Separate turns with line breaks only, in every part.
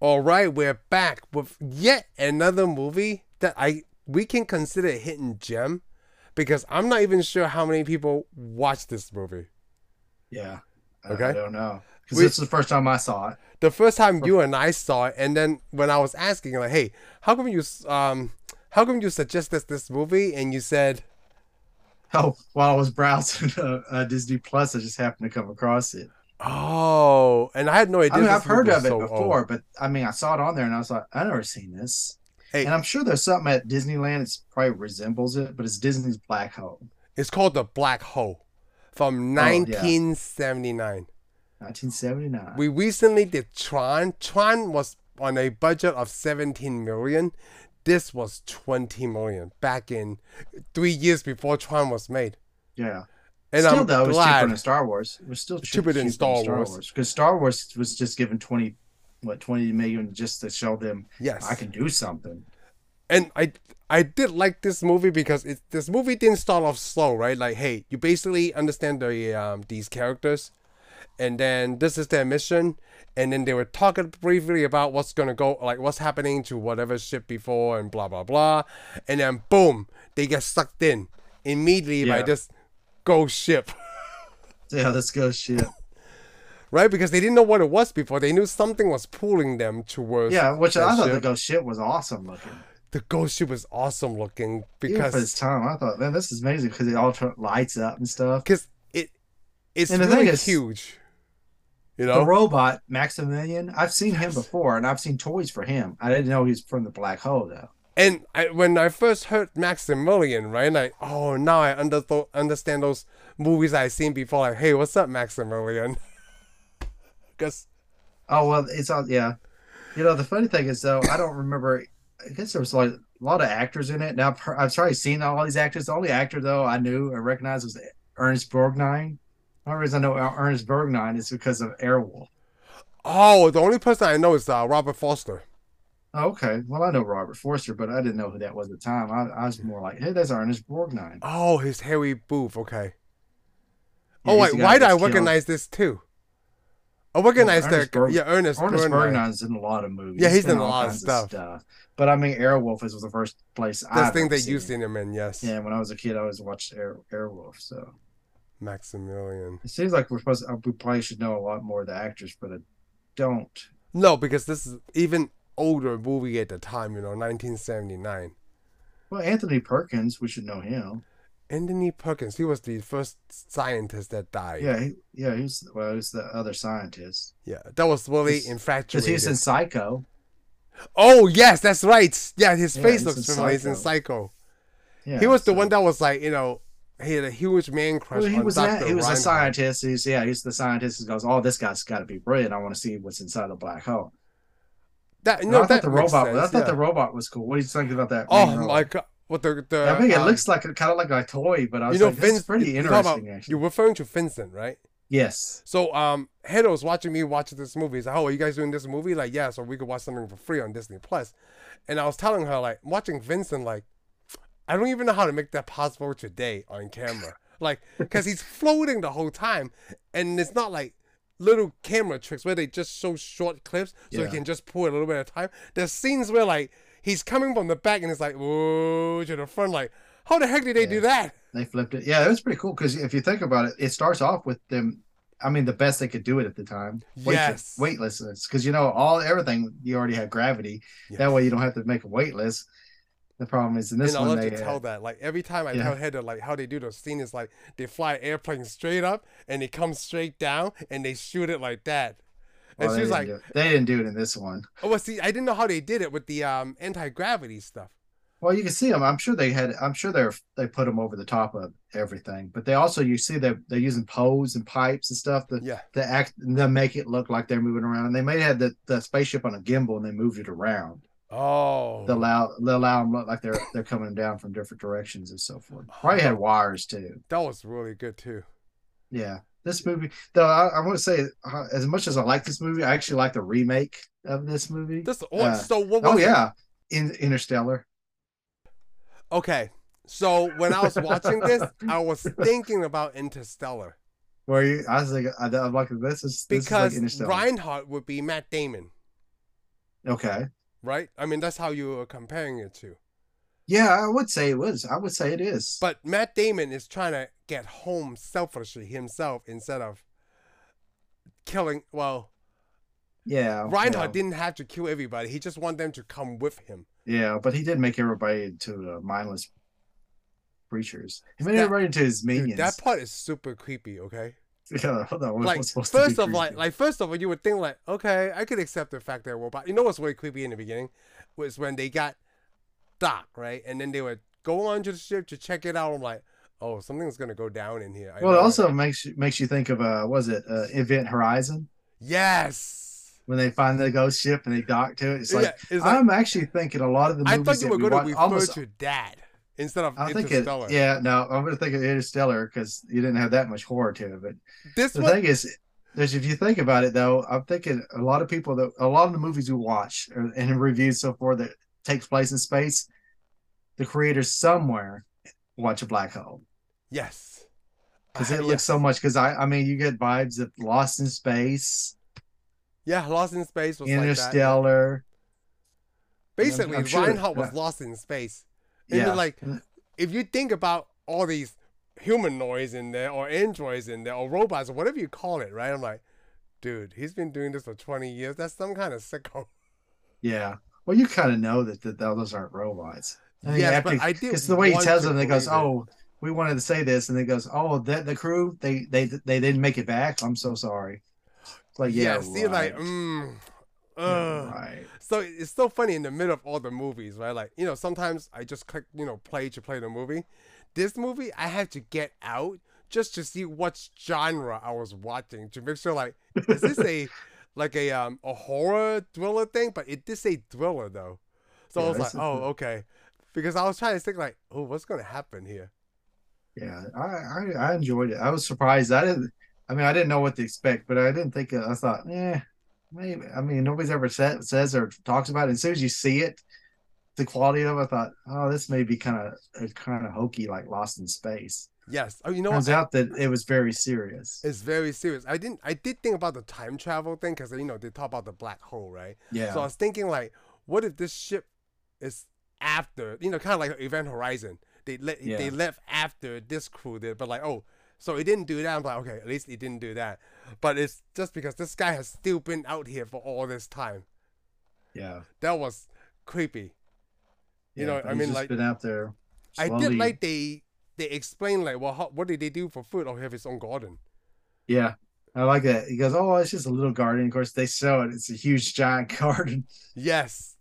All right, we're back with yet another movie that I we can consider a hidden gem because I'm not even sure how many people watch this movie.
Yeah. I-
Okay.
I don't know. Because
We-
this is the first time I saw it.
The first time you and I saw it, and then when I was asking, like, "Hey, how come you um, how come you suggest this this movie?" and you said,
Oh, while I was browsing uh, uh, Disney Plus, I just happened to come across it.
"Oh," and I had no idea.
I mean,
this
I've heard
movie was
of it
so old.
before, but I mean, I saw it on there and I was like, I've never seen this.
Hey.
And I'm sure there's something at Disneyland that's probably resembles it, but it's Disney's Black Hole,
It's called The Black Hole from
Oh, yeah.
1979.
1979.
We recently did Tron. Tron was on a budget of 17 million. This was 20 million back in three years before Tron was made.
yeah.
And
still,
I'm
though, it was cheaper
glad.
than Star Wars. It was still
It's
cheap-
cheaper than Star Wars.
Because Star Wars was just given 20, what, 20 million just to show them
yes.
I can do something.
and I I did like this movie because it this movie didn't start off slow, right? Like, hey, you basically understand the um these characters, and then this is their mission, and then they were talking briefly about what's gonna go, like what's happening to whatever ship before, and blah blah blah, and then boom, they get sucked in immediately by
Yeah.
this ghost ship,
Yeah, let's go shit.
right? Because they didn't know what it was before. They knew something was pulling them towards.
Yeah, which I
that
thought
ship.
the ghost shit was awesome looking.
The ghost ship was awesome looking
Even for this
because
time, I thought, man, this is amazing because it all turn, lights up and stuff.
because it it's
And the thing
really
is,
huge. You
The
know,
robot Maximilian, I've seen him before, and I've seen toys for him. I didn't know he was from the black hole though.
and I, when I first heard Maximilian, right, like, oh, now I under- understand those movies I've seen before. Like, hey, what's up, Maximilian? Because
Oh well, it's on. Yeah, you know the funny thing is though, I don't remember. I guess there was like a lot of actors in it. Now I've, heard- I've probably seen all these actors. The only actor though I knew and recognized was Ernest Borgnine. The only reason I know Ernest Borgnine is because of Airwolf.
oh, the only person I know is uh, Robert Foster.
Oh, okay, well I know Robert Forster, but I didn't know who that was at the time. I, I was more like, hey, that's Ernest Borgnine.
Oh, his Harry Booth. Okay. oh
Yeah, he's
wait,
the guy
why
that
did I
gets killed.
recognize this too? I recognize
Ernest
that.
Berg-
yeah, Ernest,
Ernest
Borgnine.
Bergnine's in a lot of movies.
Yeah, he's
been
in a lot of
kinds
stuff.
But I mean, Airwolf is was the first place
That's
I
the thing they used
used
in him in yes.
Yeah, when I was a kid, I always watched Air, Airwolf. So
Maximilian.
it seems like we're supposed. To, we probably should know a lot more of the actors, but I don't.
No, because this is even older movie at the time, you know, 1979.
Well, Anthony Perkins, we should know him.
Anthony Perkins, he was the first scientist that died.
Yeah, he, yeah, he was. Well, he was the other scientist
Yeah, that was really
Just- because
infatuated.
he was in Psycho.
oh, yes, that's right. Yeah, his
Yeah,
face
he's
looks
in
familiar. He's in
Psycho.
Psycho.
Yeah,
he was
so-
the one that was like, you know, he had a huge man crush
Well, he
on
was
Dr.
that, he was a
Reinhardt.
scientist. He's yeah, he's the scientist who goes, "Oh, this guy's got to be brilliant. I want to see what's inside the black hole."
That,
No,
no,
I
that
thought the
makes
robot.
sense,
I thought
yeah.
the robot was cool. What do you think about that? main
Oh,
robot?
my God. What the, the,
I mean, it
uh,
looks like kind of like a toy, but I was
you know,
like, this is
Vince-
pretty
you talk about-
interesting. actually.
You're referring to Vincent, right?
Yes.
So um Hedo was watching me watch this movie. He's like, Oh, are you guys doing this movie? Like, yeah, so we could watch something for free on Disney Plus. And I was telling her, like, watching Vincent, like, I don't even know how to make that possible today on camera. Like, because he's floating the whole time. And it's not like little camera tricks where they just show short clips so
Yeah.
you can just pull it a little bit at a time. There's scenes where like he's coming from the back and it's like, whoa, to the front, like, how the heck did they do
Yeah.
that?
They flipped it. Yeah, it was pretty cool because if you think about it, it starts off with them. I mean, the best they could do it at the time.
Yes.
Weightlessness, because you know all everything you already have gravity. That way you don't have to make it weightless. The problem is in this
and I
one
love
they
to
had-
tell that. Like every time I
Yeah.
tell Heather like how they do the scene is like they fly an airplane straight up and they come straight down and they shoot it like that. And
well,
she
Oh, they
was
didn't
like,
do it. they didn't do it in this one.
"Oh, well, see, I didn't know how they did it with the um anti gravity stuff."
Well, you can see them. I'm sure they had. I'm sure they're they put them over the top of everything. But they also you see they they're using poles and pipes and stuff that
Yeah,
the act they make it look like they're moving around. And they may have the, the spaceship on a gimbal and they moved it around.
Oh,
They allow they allow them look like they're they're coming down from different directions and so forth. Probably had wires too.
that was really good too.
Yeah, this movie though I, I want to say uh, as much as I like this movie, I actually like the remake of this movie.
This oh,
Uh,
so what was
oh
it?
yeah, in Interstellar.
Okay, so when I was watching this, I was thinking about Interstellar
Where you, I was like, I, I'm like, this is this is like
because
Interstellar.
Reinhardt would be Matt Damon.
Okay.
right? I mean, that's how you are comparing it to.
Yeah, I would say it was. I would say it is.
But Matt Damon is trying to get home selfishly himself instead of killing. Well,
Oh, yeah,
Reinhardt
well,
didn't have to kill everybody. He just wanted them to come with him.
Yeah, but he did make everybody into uh, mindless creatures. He made
That-
everybody into his
Dude,
minions.
that part is super creepy. Okay.
yeah, hold on, we're
like
supposed to be
first of like
creepy.
like first of all you would think like okay i could accept the fact that robot you know what's really creepy in the beginning was when they got doc right and then they would go onto the ship to check it out i'm like oh something's gonna go down in here I
well,
know
it
it.
also makes you, makes you think of uh, what was it uh, Event Horizon
yes
when they find the ghost ship and they dock to it? It's like
yeah, it's like
I'm actually thinking a lot of the
i thought
movies
you
that
were
we
gonna
watch-
refer
almost
to that instead of
I think it,
interstellar
yeah, no, I'm gonna think of Interstellar because you didn't have that much horror to it. But
this
the
one
thing is, there's if you think about it though, I'm thinking a lot of people that a lot of the movies we watch or- and reviews so far that takes place in space, the creators somewhere watch a black hole
yes
because
Uh,
it
yeah.
looks so much. Because I, I mean, you get vibes of Lost in Space,
yeah lost in space was like that.
Interstellar.
basically
I'm sure-
reinhardt was
yeah.
lost in space And
Yeah,
you're like, if you think about all these humanoids in there or androids in there or robots or whatever you call it, right? I'm like, dude, he's been doing this for 20 years. That's some kind of sicko.
yeah. Well, you kind of know that, that those aren't robots. I mean,
Yes,
after
Oh, but I did.
It's the way he
want
tells
to
them. They goes,
believe it.
"Oh, we wanted to say this," and they goes, "Oh, that the crew they they they didn't make it back. I'm so sorry." It's like, yeah,
see, like,
right.
mm,
Yeah,
ugh."
right.
So it's so funny in the middle of all the movies, right? Like, you know, sometimes I just click, you know, play to play the movie. This movie, I had to get out just to see what genre I was watching to make sure, like, is this a like a um a horror thriller thing? But it did say thriller though, so
Yeah,
I was like,
this is
oh,
the-
okay, because I was trying to think like, oh, what's gonna happen here?
Yeah, I, I I enjoyed it. I was surprised. I didn't. I mean, I didn't know what to expect, but I didn't think. I thought, eh, maybe. I mean, nobody's ever said, says or talks about it. as soon as you see it, the quality of. It, I thought, oh, this may be kind of kind of hokey, like Lost in Space.
Yes. Oh, you know,
Turns
what?
out that it was very serious.
it's very serious. I didn't. I did think about the time travel thing because you know they talk about the black hole, right?
Yeah.
So I was thinking like, what if this ship is after, you know, kind of like Event Horizon. They let
Yeah.
they left after this crew did, but like, oh, so it didn't do that. I'm like, okay, at least it didn't do that. But it's just because this guy has still been out here for all this time.
yeah.
That was creepy. You know,
but
I
he's
mean,
just
like-
been out there.
I did
slowly-
like they they explained like, well, how, what did they do for food? Oh, he have his own garden.
Yeah, I like that. He goes, "Oh, it's just a little garden." Of course, they show it. It's a huge, giant garden,
Yes.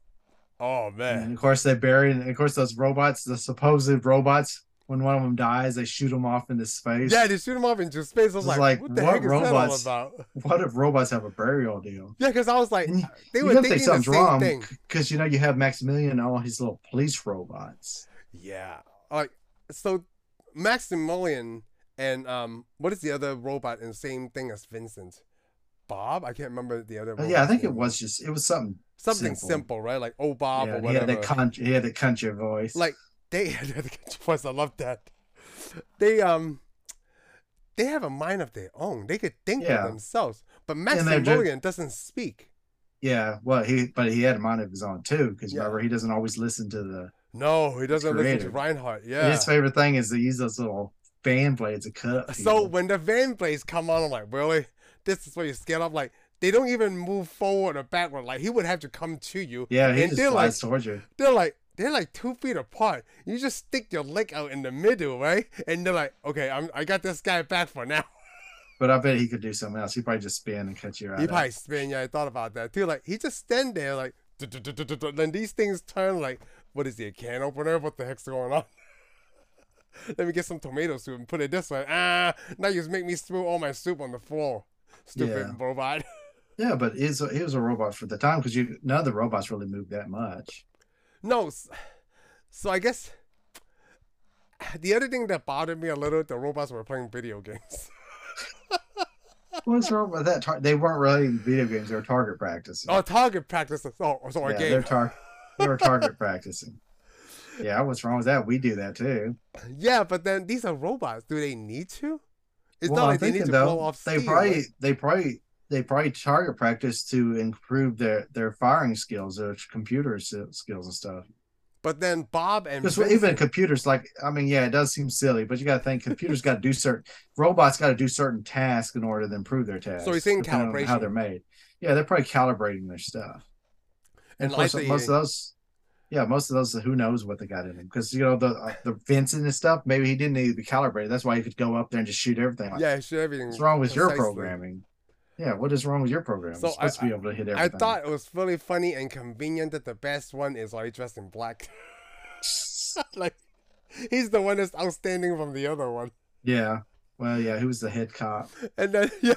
Oh
and
man.
of course, they bury. it. And of course, those robots, the supposed robots, when one of them dies, they shoot them off into space.
Yeah, they shoot him off into space. I was
Mm-hmm. It's
like,
like,
what the
what
heck is
robots-
that all about?
What if robots have a burial deal?
Yeah, because I was like,
And you-
they
you
were
know they
thinking the
sound
same
wrong.
thing.
Because you know you have Maximilian and all his little police robots.
Yeah. Like so Maximilian and um what is the other robot in the same thing as Vincent? Bob? I can't remember the other
But Oh, yeah, I
robot's
think it
name.
was just it was something.
something
simple.
simple. right? Like oh Bob
yeah,
or
he had
whatever.
that country. He had that country voice.
like they voice, I love that. They um they have a mind of their own. They could think
Yeah.
for themselves. But
they're just-
Maximilian doesn't speak.
yeah, well, he but he had a mind of his own too. Because
Yeah.
remember, he doesn't always listen to the
No, he doesn't listen to
creative.
Reinhardt.
And
Yeah.
His favorite thing is to use those little fan blades to cut up.
So
people.
when the van blades come on, I'm like, really? This is what you scared of? Like, they don't even move forward or backward. Like, he would have to come to you.
yeah, he
and
just
they're
flies towards you.
They're like, they're like two feet apart. You just stick your leg out in the middle, right? And they're like, okay, I'm, I got this guy back for now.
But I bet he could do something else. He probably just spin and cut you out.
He probably spin. Yeah, I thought about that too. Like, he just stand there, like, "Du-du-du-du-du-du," then these things turn like, what is he, a can opener? What the heck's going on? Let me get some tomato soup and put it this way. Ah, now you just make me spill all my soup on the floor. Stupid
Yeah.
robot.
yeah, but he was, he was a robot for the time because you none of the robots really moved that much.
No, s- so I guess the other thing that bothered me a little, the robots were playing video games.
What's wrong with that? Tar- they weren't really video games. They were target practicing.
oh, target practice. Oh, sorry,
yeah, they're
game.
tar- they were target practicing. Yeah, what's wrong with that? We do that too.
yeah, but then these are robots. Do they need to? It's not
well, I'm
like they need
thinking
to
though
blow off
they
steam,
probably
right?
they probably they probably target practice to improve their their firing skills, their computer s- skills and stuff.
But then Bob and
Because
Vincent,
even computers, like I mean, yeah, it does seem silly, but you got to think computers got to do certain robots got to do certain tasks in order to improve their tasks.
he's saying
depending on how
calibration.
they're made. Yeah, they're probably calibrating their stuff.
and
And
like
plus,
the,
most of those, yeah, most of those, who knows what they got in them? Because you know the uh, the Vincent and stuff. Maybe he didn't need to be calibrated. That's why he could go up there and just shoot everything. Like,
yeah, shoot everything.
what's wrong with your
precisely.
programming? Yeah, what is wrong with your program?
So
It's supposed to be able to hit
I
everything.
thought it was really funny and convenient that the best one is already dressed in black. like, he's the one that's outstanding from the other one.
Yeah. Well, yeah. Who was the head cop?
And then yeah,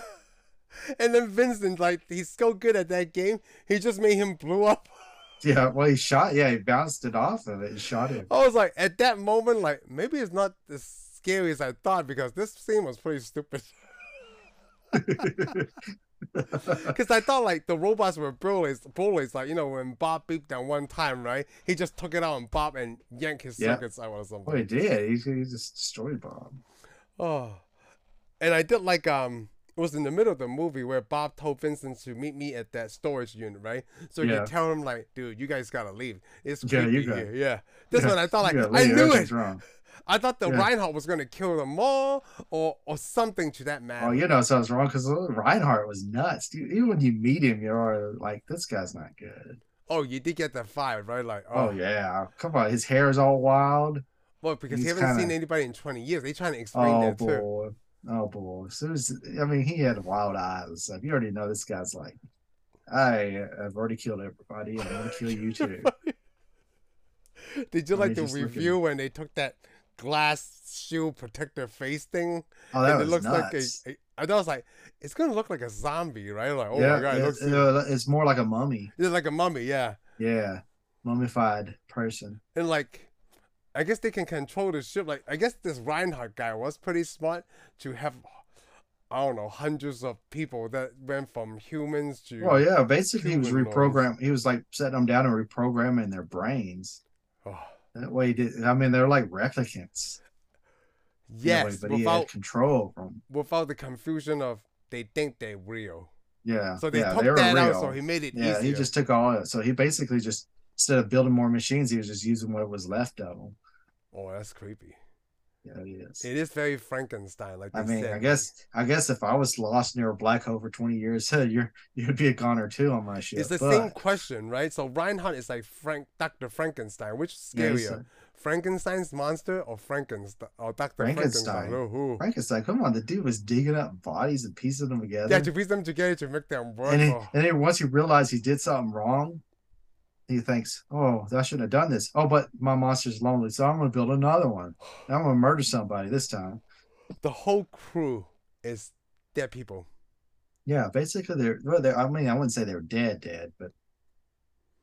and then Vincent like he's so good at that game. He just made him blew up.
Yeah. Well, he shot. Yeah, he bounced it off of it and shot him.
I was like at that moment like maybe it's not as scary as I thought because this scene was pretty stupid. Because I thought like the robots were bullies, bullies like you know when Bob beeped that one time right, he just took it out on Bob and yanked his
Yeah.
circuits out or something.
well, Oh, he did. He, he just destroyed Bob.
Oh, and I did like um. It was in the middle of the movie where Bob told Vincent to meet me at that storage unit, right? So you
Yeah.
tell him like, dude, you guys gotta leave. It's
Yeah,
creepy
you got-
here. Yeah. This
Yeah,
one I thought like
Yeah,
I
Leah,
knew it.
everything's Wrong.
I thought the
Yeah.
Reinhardt was gonna kill them all or or something to that man.
Oh, you know, so I was wrong because Reinhardt was nuts. Dude, even when you meet him, you're like, this guy's not good.
Oh, you did get that vibe, right? Like,
Oh, yeah. Come on. His hair is all wild.
Well, because you
He's
haven't seen
kinda-
anybody in twenty years. They trying to explain
Oh,
that too.
boy. Oh, boy. As soon as, I mean, he had wild eyes and stuff. You already know this guy's like, I have already killed everybody. and I'm going to kill you too.
Did you
Let
like
me
the
just look at
review when they took that glass shoe protector face thing?
Oh, that
and
was
it looks
nuts.
like a, a. I thought I was like, it's gonna look like a zombie, right? Like, oh my god, it,
it-
looks
it- uh, it's more like a mummy.
it's like a mummy, yeah.
Yeah, mummified person.
And like, I guess they can control the ship. Like, I guess this Reinhardt guy was pretty smart to have, I don't know, hundreds of people that went from humans to.
Well, Oh, yeah, basically he was
Humanoids.
reprogrammed. He was like setting them down and reprogramming their brains.
Oh,
That way, he did I mean, they're like replicants. in a way,
yes,
but he had
without
control from.
without the confusion of they think they're real.
Yeah,
So they
Uh, yeah,
took
they were
that out,
real.
so he made it
yeah,
easier.
he just took all of it. So he basically just instead of building more machines, he was just using what was left of them.
Oh, that's creepy.
Yeah, it is.
It is very Frankenstein, like they
I mean,
said.
I guess, I guess if I was lost near a black hole for twenty years, you're you'd be a goner too on my ship.
It's the
but-
same question, right? So Reinhardt is like Frank, Doctor Frankenstein. Which is
Yeah,
scarier,
he's a-
Frankenstein's monster or Frankenstein or Doctor Frankenstein?
Frankenstein.
Ooh, ooh.
Frankenstein, come on, the dude was digging up bodies and piecing them together.
Yeah, to piece them together to make them work.
and, he,
oh.
and then once he realized he did something wrong, he thinks, "Oh, I shouldn't have done this. Oh, but my monster's lonely, so I'm gonna build another one. And I'm gonna murder somebody this time."
The whole crew is dead people.
Yeah, basically, they're well, they're. I mean, I wouldn't say they were dead, dead, but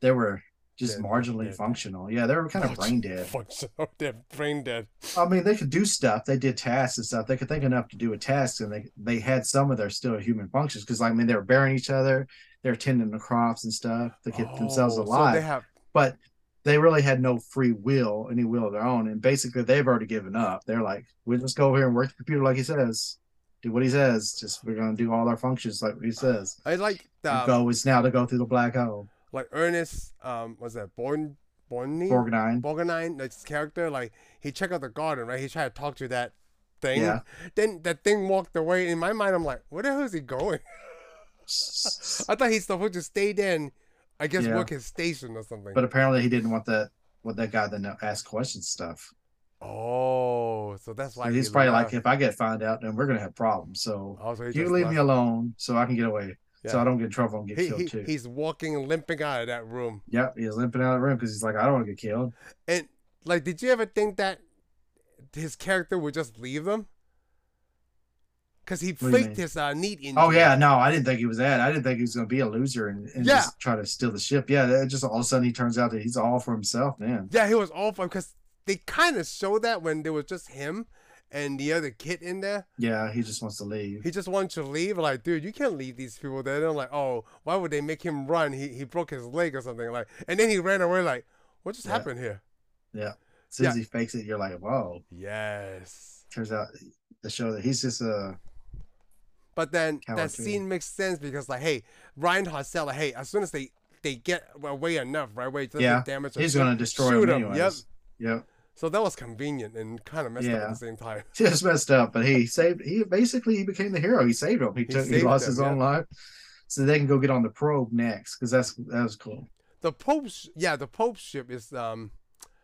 they were just
Dead,
marginally
dead.
functional. Yeah, they were kind
Oh,
of brain dead.
Functional dead, brain dead.
I mean, they could do stuff. They did tasks and stuff. They could think enough to do a task, and they they had some of their still human functions because, like, I mean, they were burying each other, they were tending to crops and stuff to keep themselves
Oh,
alive.
So they have
but they really had no free will, any will of their own, and basically they've already given up. They're like, we just go over here and work the computer like he says, do what he says. Just we're gonna do all our functions like he says.
I like
The
the
goal is now to go through the black hole.
like Ernest um was that Born Borny?
Borgnine.
Borgnine, like his character, like he checked out the garden, right? He tried to talk to that thing.
Yeah.
Then that thing walked away. In my mind, I'm like, where the hell is he going? I thought he's supposed to stay there and I guess
Yeah.
work his station or something.
But apparently he didn't want that. What that guy to know, ask questions stuff.
oh, so that's
So
why
he's
he
probably
left.
like, if I get found out, then we're gonna have problems. So
Oh, so he
you
just
leave
left.
me alone, so I can get away, so
Yeah.
I don't get in trouble and get
He,
killed
he,
too.
he's walking, limping out of that room.
Yep, he's limping out of the room because he's like, I don't want to get killed.
And like, did you ever think that his character would just leave them? Because he
do you
faked
mean?
his uh, knee injury.
Oh yeah, no, I didn't think he was that. I didn't think he was going to be a loser and, and
Yeah.
just try to steal the ship. Yeah, that just all of a sudden he turns out that he's all for himself, man.
Yeah, he was awful because they kind of show that when there was just him and the other kid in there.
Yeah, he just wants to leave.
He just wanted to leave. Like, dude, you can't leave these people there. They're like, oh, why would they make him run? He he broke his leg or something. Like, and then he ran away. Like, what just
Yeah.
happened here?
As soon as he fakes it, you're like, whoa.
Yes,
Turns out to show that he's just a
But then
Coward
that
too.
scene makes sense because like, hey, Reinhardt's cell, like, hey, as soon as they they get away enough, right away, it doesn't
Yeah.
damage them,
He's
shoot-
gonna destroy
shoot
him
'em.
anyways.
Yep.
Yep.
So that was convenient and kind of messed up
Yeah.
at the same time.
Just messed up, but he saved. He basically he became the hero. He saved him. He, took. He
saved
lost
him,
his own
yeah.
life, so they can go get on the probe next because that's that was cool.
The Pope's yeah, the Pope's ship is um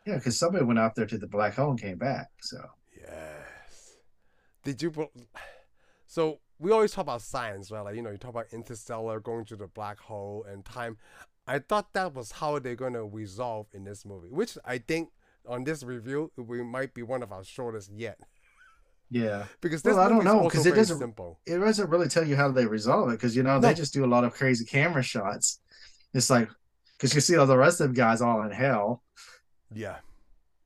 Yeah, because somebody went out there to the black hole and came back. So
Yes. Did you? bel- So we always talk about science, right? Like you know, you talk about interstellar going to the black hole and time. I thought that was how they're going to resolve in this movie, which I think on this review we might be one of our shortest yet
yeah,
because this
Well, I don't
movie is
know,
also
'cause it
very
doesn't-
simple.
it doesn't really tell you how they resolve it because you know they
No.
just do a lot of crazy camera shots. It's like because you see all the rest of the guys all in hell
Yeah,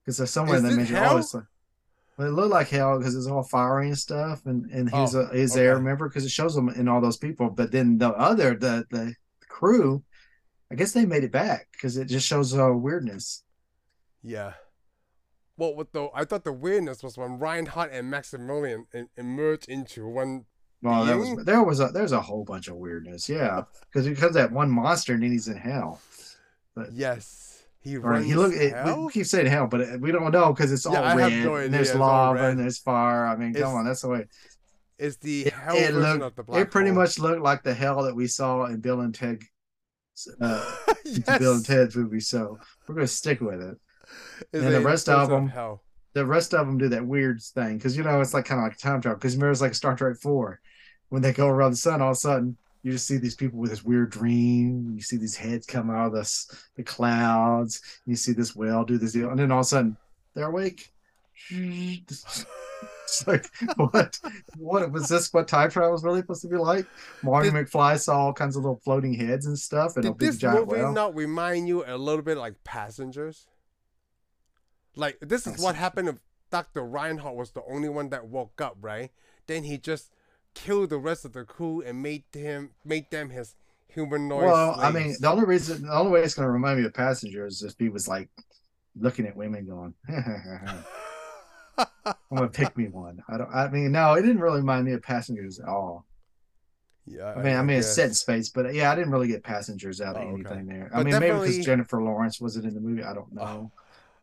because there's somewhere in
Is
the
it
midget.
hell?
Oh, it's like, well, it looked like hell because it's all fiery and stuff, and and he's
Oh,
uh, he's there.
okay.
Remember because it shows them in all those people, but then the other the the crew, I guess they made it back because it just shows uh, weirdness.
yeah. Well, what though? I thought the weirdness was when Reinhardt and Maximilian em- emerge into one.
Well, that
Being?
was there was a there's a whole bunch of weirdness, yeah, because because that one monster and then he's in hell.
Yes, he
Or
runs.
he look, it,
hell?
we keep saying hell, but it, we don't know because it's all
Yeah, I have
red.
no
and
idea,
there's
it's all
lava
red.
and there's fire. I mean,
It's-
come on, that's the way.
It's the
It-
hell
it
version
looked-
of the black.
It pretty
hole.
much looked like the hell that we saw in Bill and Ted, uh,
yes.
Bill and Ted's movie. So we're gonna stick with it.
Is
And the
it
rest
Sons
of 'em-
Hell.
The rest of them do that weird thing because you know it's like kind of like time travel because remember it's like Star Trek Four when they go around the sun all of a sudden. You just see these people with this weird dream. You see these heads come out of the, s- the clouds. You see this whale do this deal. And then all of a sudden, they're awake. It's like, what? What was this? What time travel was really supposed to be like? Marty
Did-
McFly saw all kinds of little floating heads and stuff, and a
Did
big
this
giant
movie
whale.
not remind you a little bit like Passengers? Like this is what
Passengers.
happened if Dr. Reinhardt was the only one that woke up, right? Then he just killed the rest of the crew and made him made them his humanoid.
well, I mean,
slaves.
the only reason, the only way it's going to remind me of passengers is if he was like looking at women, going, "I'm going to pick me one." I don't. I mean, no, it didn't really remind me of passengers at all.
Uh, yeah,
I mean, I mean, it's
guess.
set in space, but yeah, I didn't really get passengers out of
Oh, okay.
anything there. I
But
mean, maybe
definitely- Oh.
because Jennifer Lawrence wasn't in the movie, I don't know.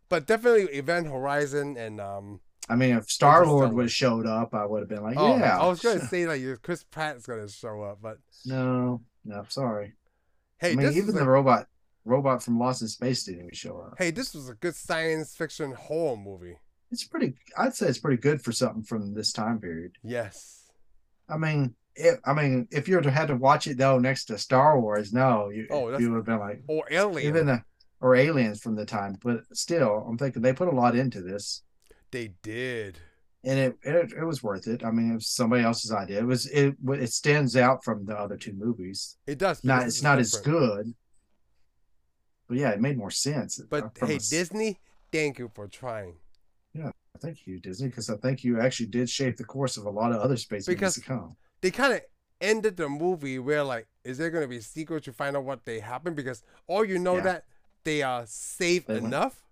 But definitely Event Horizon and um.
I mean, if Star Lord
Interstellar.
would have showed up, I would have been like,
Oh,
"Yeah."
I was gonna say like Chris Pratt's gonna show up, but
No, no, sorry.
hey,
I mean,
this is
even
a
the robot, robot from Lost in Space didn't even show up.
Hey, this was a good science fiction horror movie.
It's pretty. I'd say it's pretty good for something from this time period.
Yes.
I mean, if I mean, if you were to had to watch it though next to Star Wars, no, you
Oh, that's-
you would have been like
Or Alien.
even the or Aliens from the time. But still, I'm thinking they put a lot into this,
they did.
and it it, it was worth it. I mean, it was somebody else's idea. It was it it stands out from the other two movies.
It does.
Not
because this
it's
is
not as
different.
good, but yeah, it made more sense.
But
uh, from
hey,
a s-
Disney, thank you for trying.
Thank you, Disney, because I think you actually did shape the course of a lot of other space
Because-
movies to come.
They kind of ended the movie where like, is there gonna be a sequel to find out what they happened? Because all you know
Yeah.
that they are safe
They went-
enough.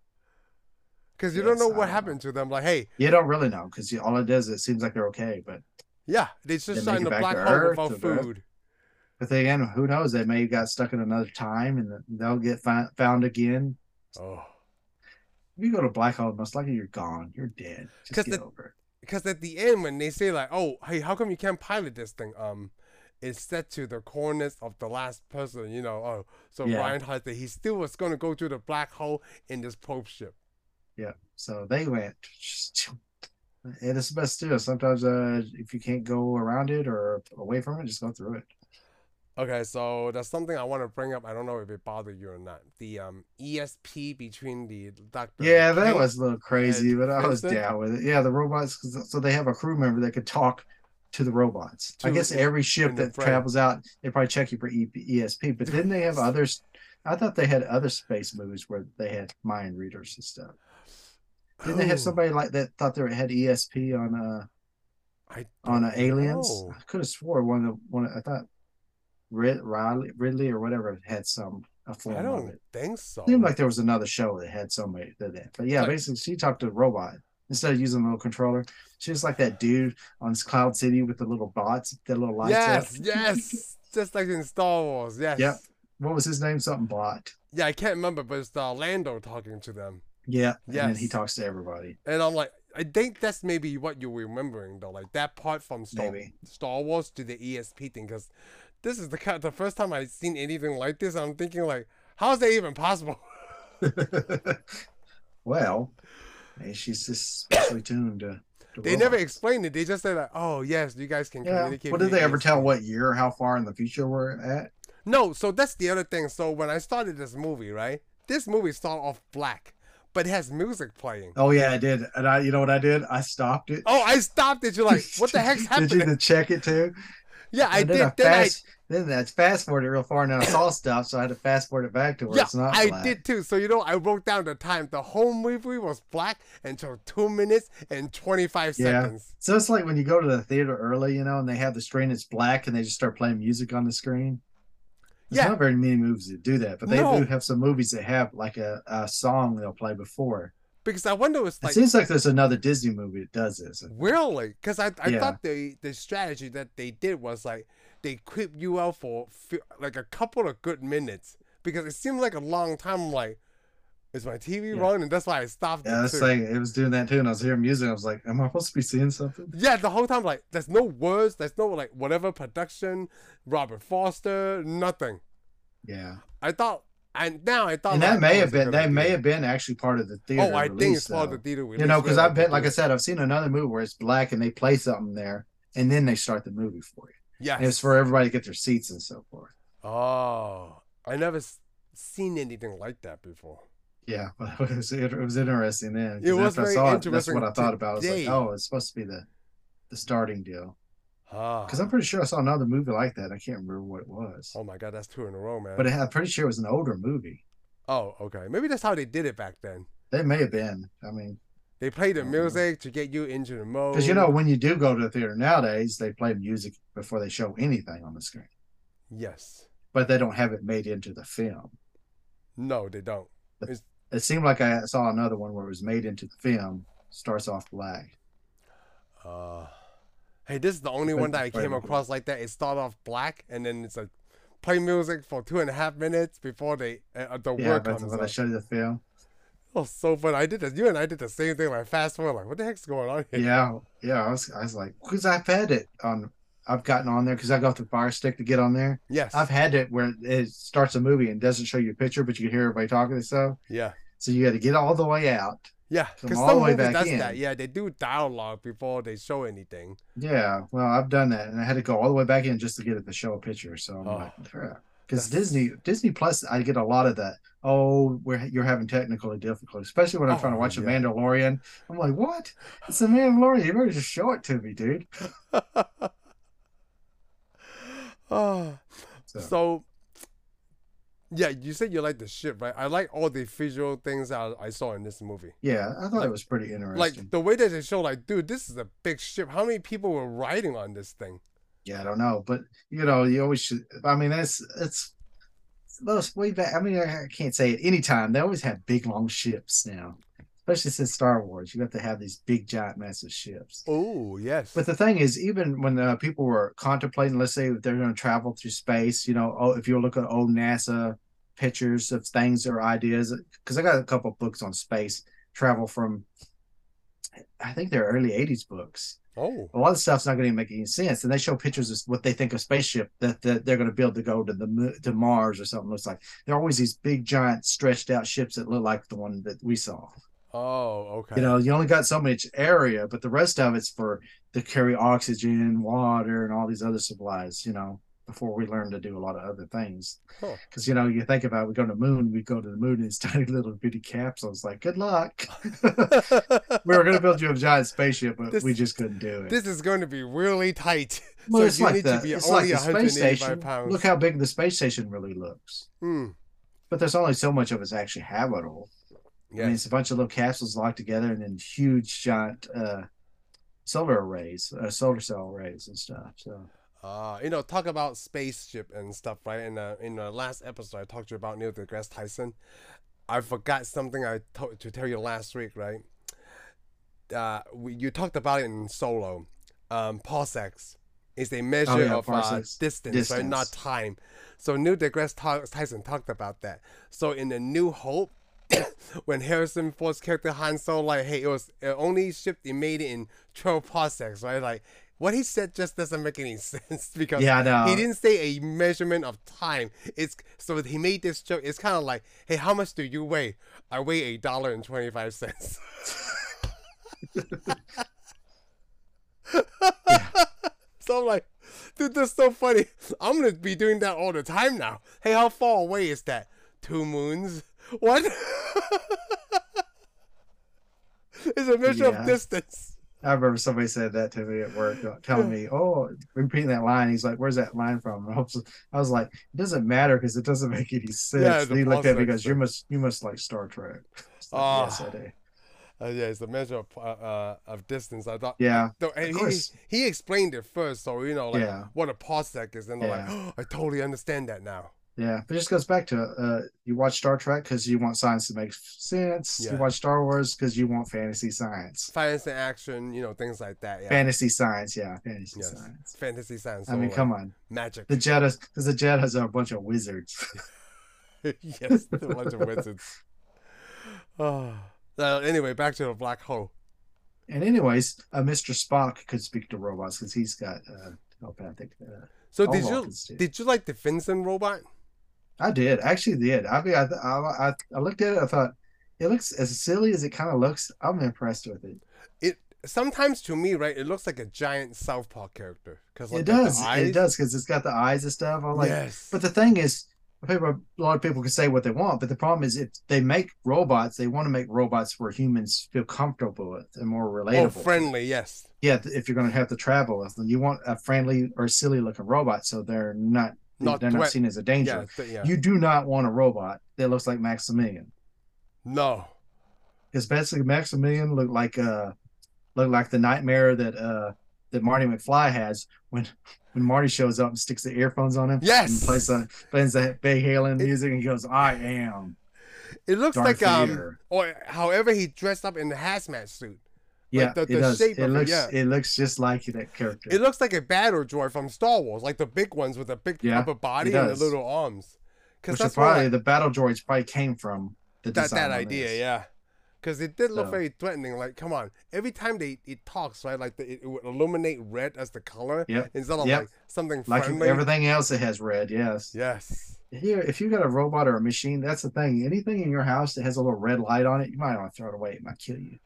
Because you
Yes,
don't know
I don't
what
know.
happened to them. Like, hey,
You don't really know because all it does, it seems like they're okay, but
yeah, they just
make
shot in
it
the
back
black
to
hole
Earth,
without
to Earth.
food.
but then again, who knows? They may have got stuck in another time and they'll get fi- found again.
Oh.
If you go to black hole, most likely you're gone. You're dead.
'Cause
Just get
the-
over it.
because at the end when they say like oh hey how come you can't pilot this thing um it's set to the corners of the last person you know oh so
Yeah.
ryan hides that he still was going to go through the black hole in this probe ship
So they went. And it's the best too. Sometimes, uh, if you can't go around it or away from it, just go through it.
okay so that's something i want to bring up i don't know if it bothered you or not the um esp between the doctor
Yeah, that was a little crazy,
and
but I was
Vincent?
down with it. Yeah, the robots. 'cause- So they have a crew member that could talk to the robots. I
To-
guess every ship
and the
that
brain.
travels out, they probably check you for E- ESP. But didn't they have others? I thought they had other space movies where they had mind readers and stuff. Didn't they have
Oh.
somebody like that thought they had ESP on uh
I
on uh,
don't
Aliens?
know.
I could have swore one of the one. I thought Rid, Riley, Ridley or whatever had some a form
i
of Oh, it
don't think so
seemed like there was another show that had somebody that did that. But yeah,
Like-
basically she talked to the robot instead of using a little controller. She's just like that dude on Cloud City with the little bots, that little lights.
yes,
up.
yes. Just like in Star Wars. Yes.
Yep. What was his name? Something Bot.
Yeah, I can't remember, but it's uh, Lando talking to them.
Yeah. Yeah. And then he
Yes.
talks to everybody.
And I'm like, I think that's maybe what you're remembering though, like that part from Star,
Maybe.
Star Wars to the ESP thing, because this is the kind the first time I've seen anything like this. I'm thinking like, how is that even possible?
well, and she's just specially tuned to. to
they never
robots.
explained it. They just said like, oh yes, you guys can
Yeah.
communicate.
What did
via
they ever
ESP.
tell? What year? How far in the future we're at?
No, so that's the other thing. So when I started this movie, right? This movie started off black, but it has music playing.
Oh yeah, I did. And I, you know what I did? I stopped it.
Oh, I stopped it. You're like, what the heck's
did you
happening?
to check it too?
Yeah, I
And
did.
I
Then I
fast, then that's fast forwarded real far, and then I saw stuff, so I had to fast forward it back to where
Yeah,
it's not.
I
black.
did too. So you know, I wrote down the time. The whole movie was black until two minutes and twenty five
Yeah.
seconds.
So it's like when you go to the theater early, you know, and they have the screen that's black, and they just start playing music on the screen. There's
Yeah.
not very many movies that do that, but they
No.
do have some movies that have like a, a song they'll play before.
Because I wonder, it's
It
like
seems like there's another Disney movie that does this.
really because I, I
Yeah.
thought the the strategy that they did was like they creep you out for fe- like a couple of good minutes because it seemed like a long time. I'm like, is my TV
Yeah.
wrong? And that's why I stopped.
Yeah,
it
it's
too.
like it was doing that too, and I was hearing music. I was like, "Am I supposed to be seeing something?"
Yeah, the whole time like there's no words, there's no like whatever production, Robert Foster, nothing.
Yeah,
I thought, and now Oh, I thought
and
like,
that may
was
have
a
been
good
that may
idea.
have been actually part of the theater.
Oh, I think it's
release,
called
though.
the theater release.
you know because
yeah,
i've been
they
like
do
i
it.
said i've seen another movie where it's black and they play something there and then they start the movie for you
yes.
and it's for everybody to get their seats and so forth
Oh, I never s- seen anything like that before.
yeah but it was, it was interesting then 'cause
It was
after
very
I saw it, that's
interesting
what i thought about it's like
today.
oh it's supposed to be the the starting deal
Ah.
because i'm pretty sure i saw another movie like that i can't remember what it was
Oh my god, that's two in a row, man.
but it, i'm pretty sure it was an older movie
oh, okay. Maybe that's how they did it back then.
They may have been i mean
They played the
I don't know.
music to get you into the mode.
because Mm. you know when you do go to the theater nowadays they play music before they show anything on the screen
Yes.
but they don't have it made into the film
No, they don't.
it seemed like I saw another one where it was made into the film. Starts off black.
Uh, hey, this is the only
Play-
one that I
play
came
the-
across like that. It started off black, and then it's like play music for two and a half minutes before they uh, the
Yeah,
word
but
comes.
when I
up.
showed you the film,
Oh, so fun! I did this. You and I did the same thing. Like fast forward, like what the heck's going on here?
yeah, yeah, I was, I was like, because I've had it on, I've gotten on there because I go through Fire Stick to get on there.
Yes.
I've had it where it starts a movie and doesn't show you a picture, but you can hear everybody talking and stuff.
yeah.
So you got to get all the way out.
Yeah.
Come
Because
all the
some
way
movies
back
does
in.
that. Yeah, they do dialogue before they show anything.
Yeah, well, I've done that, and I had to go all the way back in just to get it to show a picture. So I'm
Oh.
like, crap. Because
That's-
Disney, Disney Plus, I get a lot of that. Oh, we're, you're having technical difficulties, especially when I'm trying to
Oh,
watch The
yeah.
Mandalorian. I'm like, what? It's The Mandalorian. You better just show it to me, dude.
oh,
So,
so. Yeah, you said you like the ship, right? I like all the visual things that I- I saw in this movie.
yeah, I thought
like-
it was pretty interesting.
Like the way that they show, like, dude, this is a big ship. How many people were riding on this thing?
yeah, I don't know, but you know, you always should. I mean, that's it's most way back. I mean, I I can't say it any time. They always have big long ships now, especially since Star Wars. You have to have these big, giant, massive ships.
Oh yes.
But the thing is, even when uh, people were contemplating, let's say that they're going to travel through space, you know, oh, if you look at old NASA pictures of things or ideas, because I got a couple books on space travel from, I think they're early 80s books.
oh
A lot of stuff's not going to make any sense. And they show pictures of what they think a spaceship that, that they're going to build to go to the mo- to Mars or something. Looks like there are always these big, giant, stretched out ships that look like the one that we saw.
oh okay.
You know, you only got so much area, but the rest of it's for to carry oxygen, water, and all these other supplies. You know, before we learn to do a lot of other things,
Huh.
because you know, you think about it, we go to the moon, we go to the moon in these tiny little bitty capsules. Like, good luck. we were going to build you a giant spaceship, but
This-
we just couldn't do it.
this is going to be really tight.
well,
so
it's
you
like
need
the,
to be
it's like
only
the space
185
station.
pounds.
Look how big the space station really looks.
Hmm.
But there's only so much of it's actually habitable. I mean,
Yes.
it's a bunch of little capsules locked together and then huge, giant uh, solar arrays, uh, solar cell arrays and stuff. So,
Uh, you know, talk about spaceship and stuff, right? In the in the last episode, I talked to you about Neil deGrasse Tyson. I forgot something I told to tell you last week, right? uh, we, you talked about it in Solo. Um, parsecs is a measure
Oh, yeah,
of uh,
parsecs.
distance, right? Not
Distance.
time. So Neil deGrasse Ty- Tyson talked about that. So in the New Hope, when Harrison Ford's character Han Solo, like, hey, it was it only shipped, it made it in 12 parsecs, right? Like, what he said just doesn't make any sense because
Yeah, I know.
he didn't say a measurement of time. It's so he made this joke. It's kind of like, hey, how much do you weigh? I weigh a dollar and twenty five cents. So I'm like, dude, that's so funny. I'm gonna be doing that all the time now. Hey, how far away is that? Two moons? What? it's a measure
Yeah.
of distance.
I remember somebody said that to me at work, uh, telling me, "Oh, repeating that line." He's like, "Where's that line from?" And I was, I was like, "It doesn't matter because it doesn't make any sense."
Yeah, the
and he looked at me
prospect
because you
thing.
must, you must like Star Trek. It's like,
Ah.
yes, I do.
Uh, yeah, it's a measure of uh, uh, of distance. I thought.
Yeah,
No, and he,
course.
he explained it first, so you know, like
Yeah.
what a parsec is, and they're like, oh, I totally understand that now.
yeah. But it just goes back to uh, you watch Star Trek because you want science to make sense.
Yeah.
You watch Star Wars because you want fantasy science.
Science and action, you know, things like that. Yeah,
Fantasy science, yeah, fantasy
Yes.
science.
fantasy science.
I mean, come on,
magic.
the Jedi's because the Jedi's are a bunch of wizards.
yes, the bunch of wizards. Oh. Uh, anyway, back to the black hole.
And anyways, uh, Mr. Spock could speak to robots because he's got uh, telepathic. Uh,
So
all
did you
Vulcans do.
did you like the Vincent robot?
I did actually did. I mean, I, th- I I I looked at it. I thought it looks as silly as it kind of looks. I'm impressed with it.
It sometimes to me, right, it looks like a giant South Park character because like,
it
the- the
does. It
eyes-
does because it's got the eyes and stuff. I'm like,
yes,
but the thing is, people, a lot of people can say what they want, but the problem is if they make robots, they want to make robots where humans feel comfortable with and more
oh,
relatable.
friendly, yes.
yeah, th- if you're going to have to travel with them, you want a friendly or silly looking robot, so they're not,
Not
they're not
threat-
seen as a
Yeah,
danger.
th- yeah.
You do not want a robot that looks like Maximilian,
no,
because basically Maximilian looked like uh looked like the nightmare that uh that Marty McFly has when when Marty shows up and sticks the earphones on him.
Yes!
and plays the plays that Big Halen
It-
music and he goes, "I am."
it looks
Darth
like um,
Vader.
or however he dressed up in the hazmat suit.
Yeah,
the- the
it does.
shape
it
of it,
looks
yeah.
it looks just like that character.
It looks like a battle droid from Star Wars, like the big ones with the big
Yeah,
upper body
it
and the
does.
little arms. Because
which is
that's where,
probably
like,
the battle droids probably came from. The
that
design
that
on
idea,
this.
yeah. Because it did look
So-
very threatening. Like, come on, every time they it talks, right? Like the, it, it would illuminate red as the color
Yep.
instead of
Yep.
like something
like
friendly.
everything else that has red yes
Yes.
here if you got a robot or a machine that's the thing anything in your house that has a little red light on it you might want to throw it away it might kill you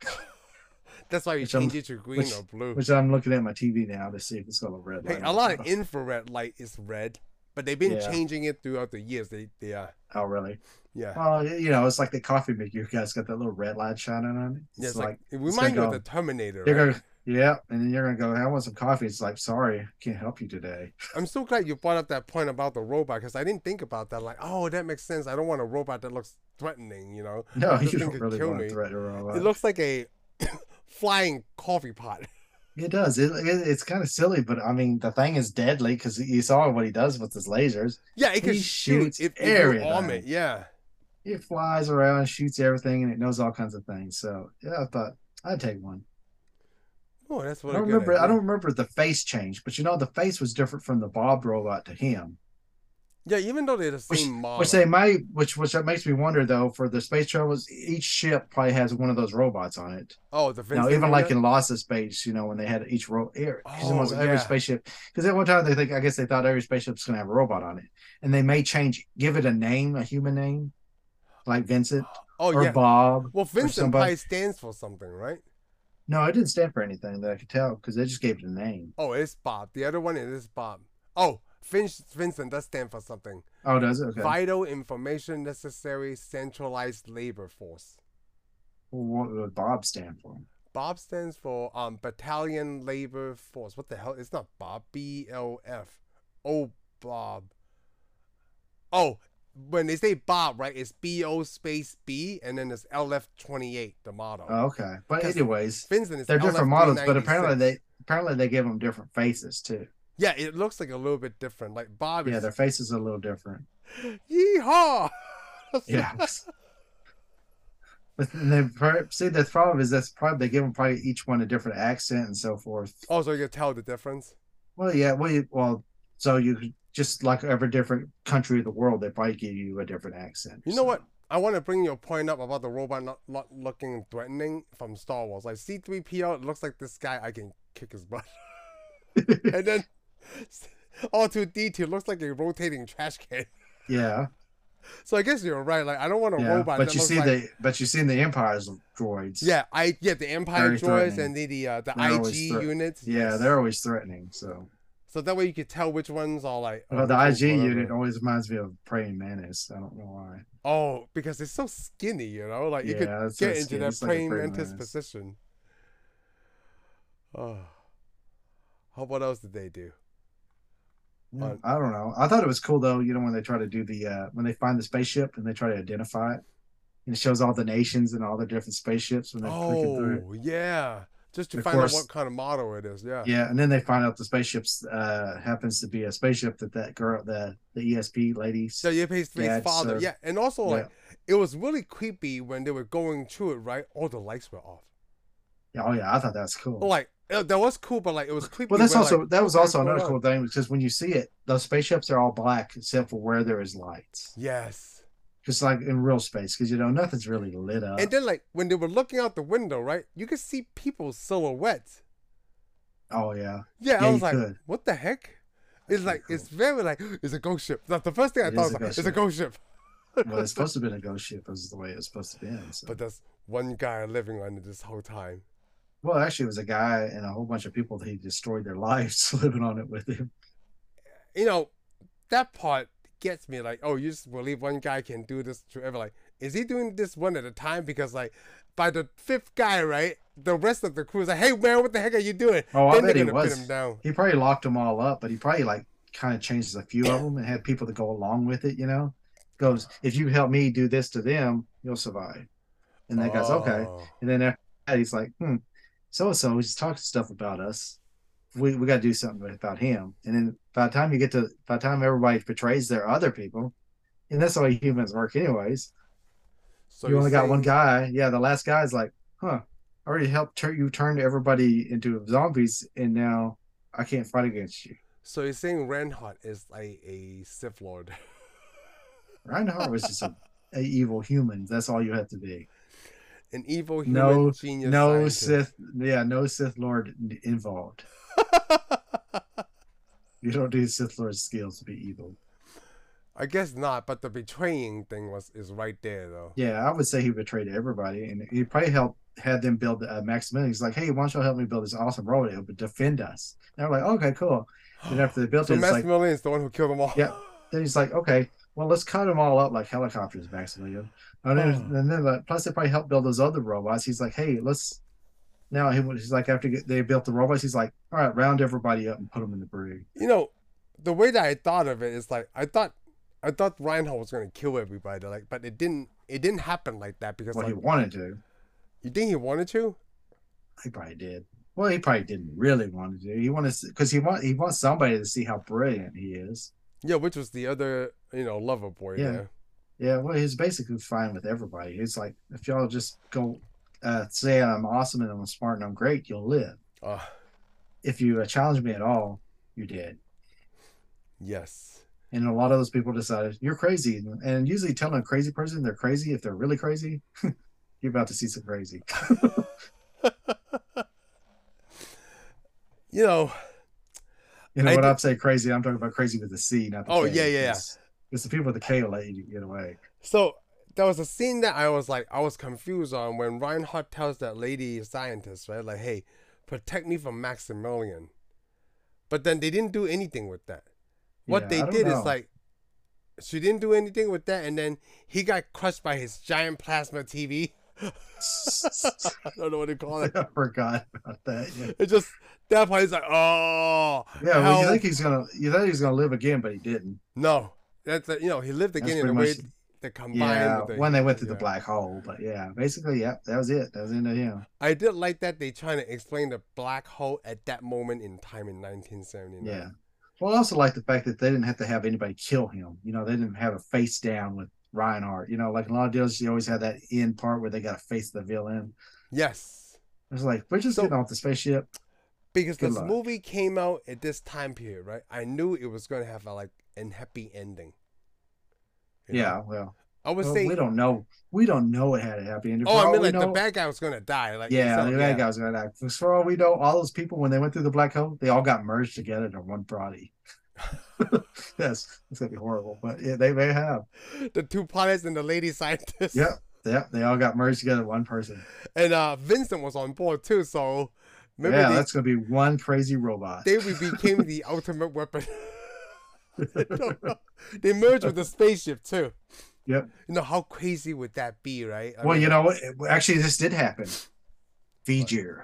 That's why you
Which I'm-
change it to green
which-
or blue.
which i'm looking at my tv now to see if it's got a red light
hey,
on
a
it.
lot of infrared light is red, but they've been
Yeah.
changing it throughout the years. They, they, uh,
oh really
yeah.
well you know it's like the coffee maker you guys got that little red light shining on it
yeah,
it's
it's
like,
like, it
it's
reminds you
gonna
of the Terminator.
you're
right?
gonna yeah and then you're gonna go i want some coffee it's like sorry can't help you today
I'm so glad you brought up that point about the robot because I didn't think about that. Like, oh, that makes sense. I don't want a robot that looks threatening, you know?
no
This thing
you don't
could
really
kill
want
me.
to threaten a robot
It looks like a flying coffee pot.
It does. It, it it's kind of silly, but I mean, the thing is deadly because you saw what he does with his lasers.
Yeah, it can
He
shoot
shoots
if, if you arm
everything.
it. Yeah.
It flies around, shoots everything, and it knows all kinds of things. So yeah, I thought I'd take one.
Oh, that's
I
what
don't remember. I don't remember the face change, but you know, the face was different from the Bob robot to him.
Yeah, even though they're the
Which-
same model.
Which they might, which which that makes me wonder though. For the space travels, each ship probably has one of those robots on it.
oh, the
Now,
Vincent
even like
Vega?
in Lost in Space, you know, when they had each row, air,
Oh,
almost every
yeah.
spaceship, because at one time they think, I guess they thought every spaceship's going to have a robot on it, and they may change, give it a name, a human name, like Vincent
oh
or
yeah.
Bob.
well, Vincent
somebody-
Pi stands for something, right?
No, it didn't stand for anything that I could tell because they just gave it a name.
Oh, it's Bob. The other one is Bob. Oh, Finch, Vincent does stand for something.
Oh, does it? Okay.
Vital information necessary centralized labor force.
What would Bob stand for?
Bob stands for um battalion labor force. What the hell? It's not Bob. B L F. Oh Bob. Oh, when they say Bob, right? It's B O space B, and then it's L F twenty eight, the model.
Oh, okay, but
'Cause
anyways,
Vincent is
they're different models, but apparently
LF396.
they apparently they give them different faces too.
yeah, it looks like a little bit different. Like Bob
Yeah,
is
their faces are a little different.
yeehaw.
Yeah. But then per- see, the problem is that's probably they give them probably each one a different accent and so forth.
Also, you can tell the difference.
Well, yeah, well, you, well, so you could- just like every different country of the world, they probably give you a different accent.
You know
So-
what? I want to bring your point up about the robot not, not looking threatening from Star Wars. Like C3PO looks like this guy, I can kick his butt. and then R2D2 looks like a rotating trash can.
Yeah,
So I guess you're right. Like I don't want a
yeah.
robot.
But
that
you
looks
see
like,
the but you see the Empire's droids.
yeah, I yeah the Empire
Very
droids
threatening.
and the the, uh, the
They're always
IG
threat-
units.
yeah,
yes.
they're always threatening. So
so that way you could tell which ones are like.
well,
oh,
the
cool,
IG
whatever.
unit always reminds me of praying mantis. I don't know why.
Oh, because they're so skinny, you know. Like you could
yeah, it's
get
it's-
into
yeah,
that
it's like a
praying
praying
mantis
mantis.
position. Oh, how what else did they do?
Yeah,
Uh,
I don't know. I thought it was cool though. You know when they try to do the uh, when they find the spaceship and they try to identify it, and it shows all the nations and all the different spaceships when they're clicking through.
Oh yeah, just to
Of
find out
course-
what kind of model it is. Yeah.
Yeah, and then they find out the spaceship's uh, happens to be a spaceship that that girl the the ESP lady.
So you pay space
Yeah, it's,
father.
uh,
yeah, and also
yeah.
like it was really creepy when they were going through it. Right, all the lights were off.
Yeah, oh yeah, I thought that was cool.
Like uh, that was cool, but like it was creepy.
well, that's
when,
also
like,
that was
what
also
was going
another
on.
cool thing because when you see it, those spaceships are all black except for where there is lights,
Yes.
just like in real space because you know nothing's really lit up.
And then, like, when they were looking out the window, right, you could see people's silhouettes.
oh yeah,
Yeah,
Yeah,
I
you
was like,
could.
what the heck? It's
Pretty
like, it's
cool.
very like, it's a ghost ship. That's the first thing I
It
thought. was
is a
like,
ghost
it's a
ship.
ghost ship.
well, it's supposed to be a ghost ship. Is the way it was supposed to be. So.
But there's one guy living under this whole time.
Well, actually, it was a guy and a whole bunch of people that he destroyed their lives living on it with him.
You know, that part gets me like, oh, you just believe one guy can do this to ever. Like, is he doing this one at a time? Because, like, by the fifth guy, right, the rest of the crew is like, hey, man, what the heck are you doing?
Oh, I
then
bet
they're
he
going to pin him
was.
down.
He probably locked them all up, but he probably like kind of changed a few of them and had people to go along with it. You know, goes if you help me do this to them, you'll survive. And that guy's okay.
Oh.
And then after that, he's like, hmm, so and so, he's talking stuff about us. We we got to do something about him. And then by the time you get to, by the time everybody betrays their other people, and that's the way humans work, anyways.
So
you
you're
only got
saying-
one guy. Yeah, the last guy's like, huh, I already helped turn you turn everybody into zombies, and now I can't fight against you.
So you're saying Renhot is like a Sith Lord.
Reinhardt was just a, a evil human. That's all you have to be.
An evil human
No-
genius.
No
scientist.
Sith, yeah, no Sith Lord n- involved. You don't do Sith Lord skills to be evil.
I guess not, but the betraying thing was is right there though.
Yeah, I would say he betrayed everybody, and he probably helped had them build uh, Maximilian. He's like, hey, why don't you help me build this awesome robot? It would defend us. And they're like, okay, cool. And after they built
so
it, it's like,
Maximilian is the one who killed them all.
Yeah. then he's like, okay, well, let's cut them all up like helicopters, Maximilian. And then,
Oh.
and then like, plus they probably helped build those other robots. He's like, hey, let's. Now he, was- he's like, after get- they built the robots, he's like, all right, round everybody up and put them in the brig.
You know, the way that I thought of it is like I thought I thought Reinhardt was gonna kill everybody, like but it didn't it didn't happen like that because
Well, he
like
wanted to.
you think he wanted to?
He probably did. Well, he probably didn't really want to do. He wanted because he want he wants somebody to see how brilliant he is.
Yeah, which was the other, you know, lover boy
Yeah.
there.
Yeah, well, he's basically fine with everybody. He's like, if y'all just go uh, say I'm awesome and I'm smart and I'm great, you'll live.
Uh,
If you uh, challenge me at all, you're dead.
yes.
And a lot of those people decided you're crazy. And usually telling a crazy person they're crazy, if they're really crazy, you're about to see some crazy.
You know,
You know,
I
when
did-
I'm saying crazy, I'm talking about crazy with the C, not the
Oh,
K,
yeah, yeah, yeah.
because It's the people with the K that let you get away.
So there was a scene that I was like, I was confused on when Reinhardt tells that lady scientist, right? Like, hey, protect me from Maximilian. But then they didn't do anything with that. What
Yeah, I
they
don't
did
know.
is like, she didn't do anything with that, and then he got crushed by his giant plasma TV. I don't know what to call it.
I forgot about that. Yeah,
It's just that part. He's like, oh,
yeah well, you
help."
think he's gonna you thought he was gonna live again, but he didn't.
no. That's uh, you know, he lived
That's
again in
pretty
a
much-
way that combined.
Yeah,
with the-
when they went through
yeah.
the black hole. But yeah, basically, yeah, that was it. That was the end of him.
I did like that they trying to explain the black hole at that moment in time in 1979.
Yeah. Well, I also like the fact that they didn't have to have anybody kill him. You know, they didn't have a face down with Reinhardt. You know, like in a lot of deals, she always had that end part where they got to face the villain.
Yes.
It's like we're just
So-
getting off the spaceship.
Because
Good
this
luck.
movie came out at this time period, right? I knew it was going to have a, like an happy ending. You know?
Yeah, well,
I was
well, we
thinking.
don't know. We don't know it had a happy ending. For
Oh, I
all
mean,
we
like the
know-
bad guy was going to die. Like
Yeah,
so-
the bad guy was gonna die. 'Cause For all we know, all those people when they went through the black hole, they all got merged together into one body. yes, it's gonna be horrible, but yeah, they may have.
The two pilots and the lady scientist.
Yep, yep, they all got merged together in one person.
And uh, Vincent was on board too, so maybe
yeah,
they,
that's gonna be one crazy robot.
they we became the ultimate weapon. I don't know. They merged with the spaceship too.
Yep.
You know how crazy would that be, right? I
well,
mean,
you know what? Actually, this did happen. V'ger.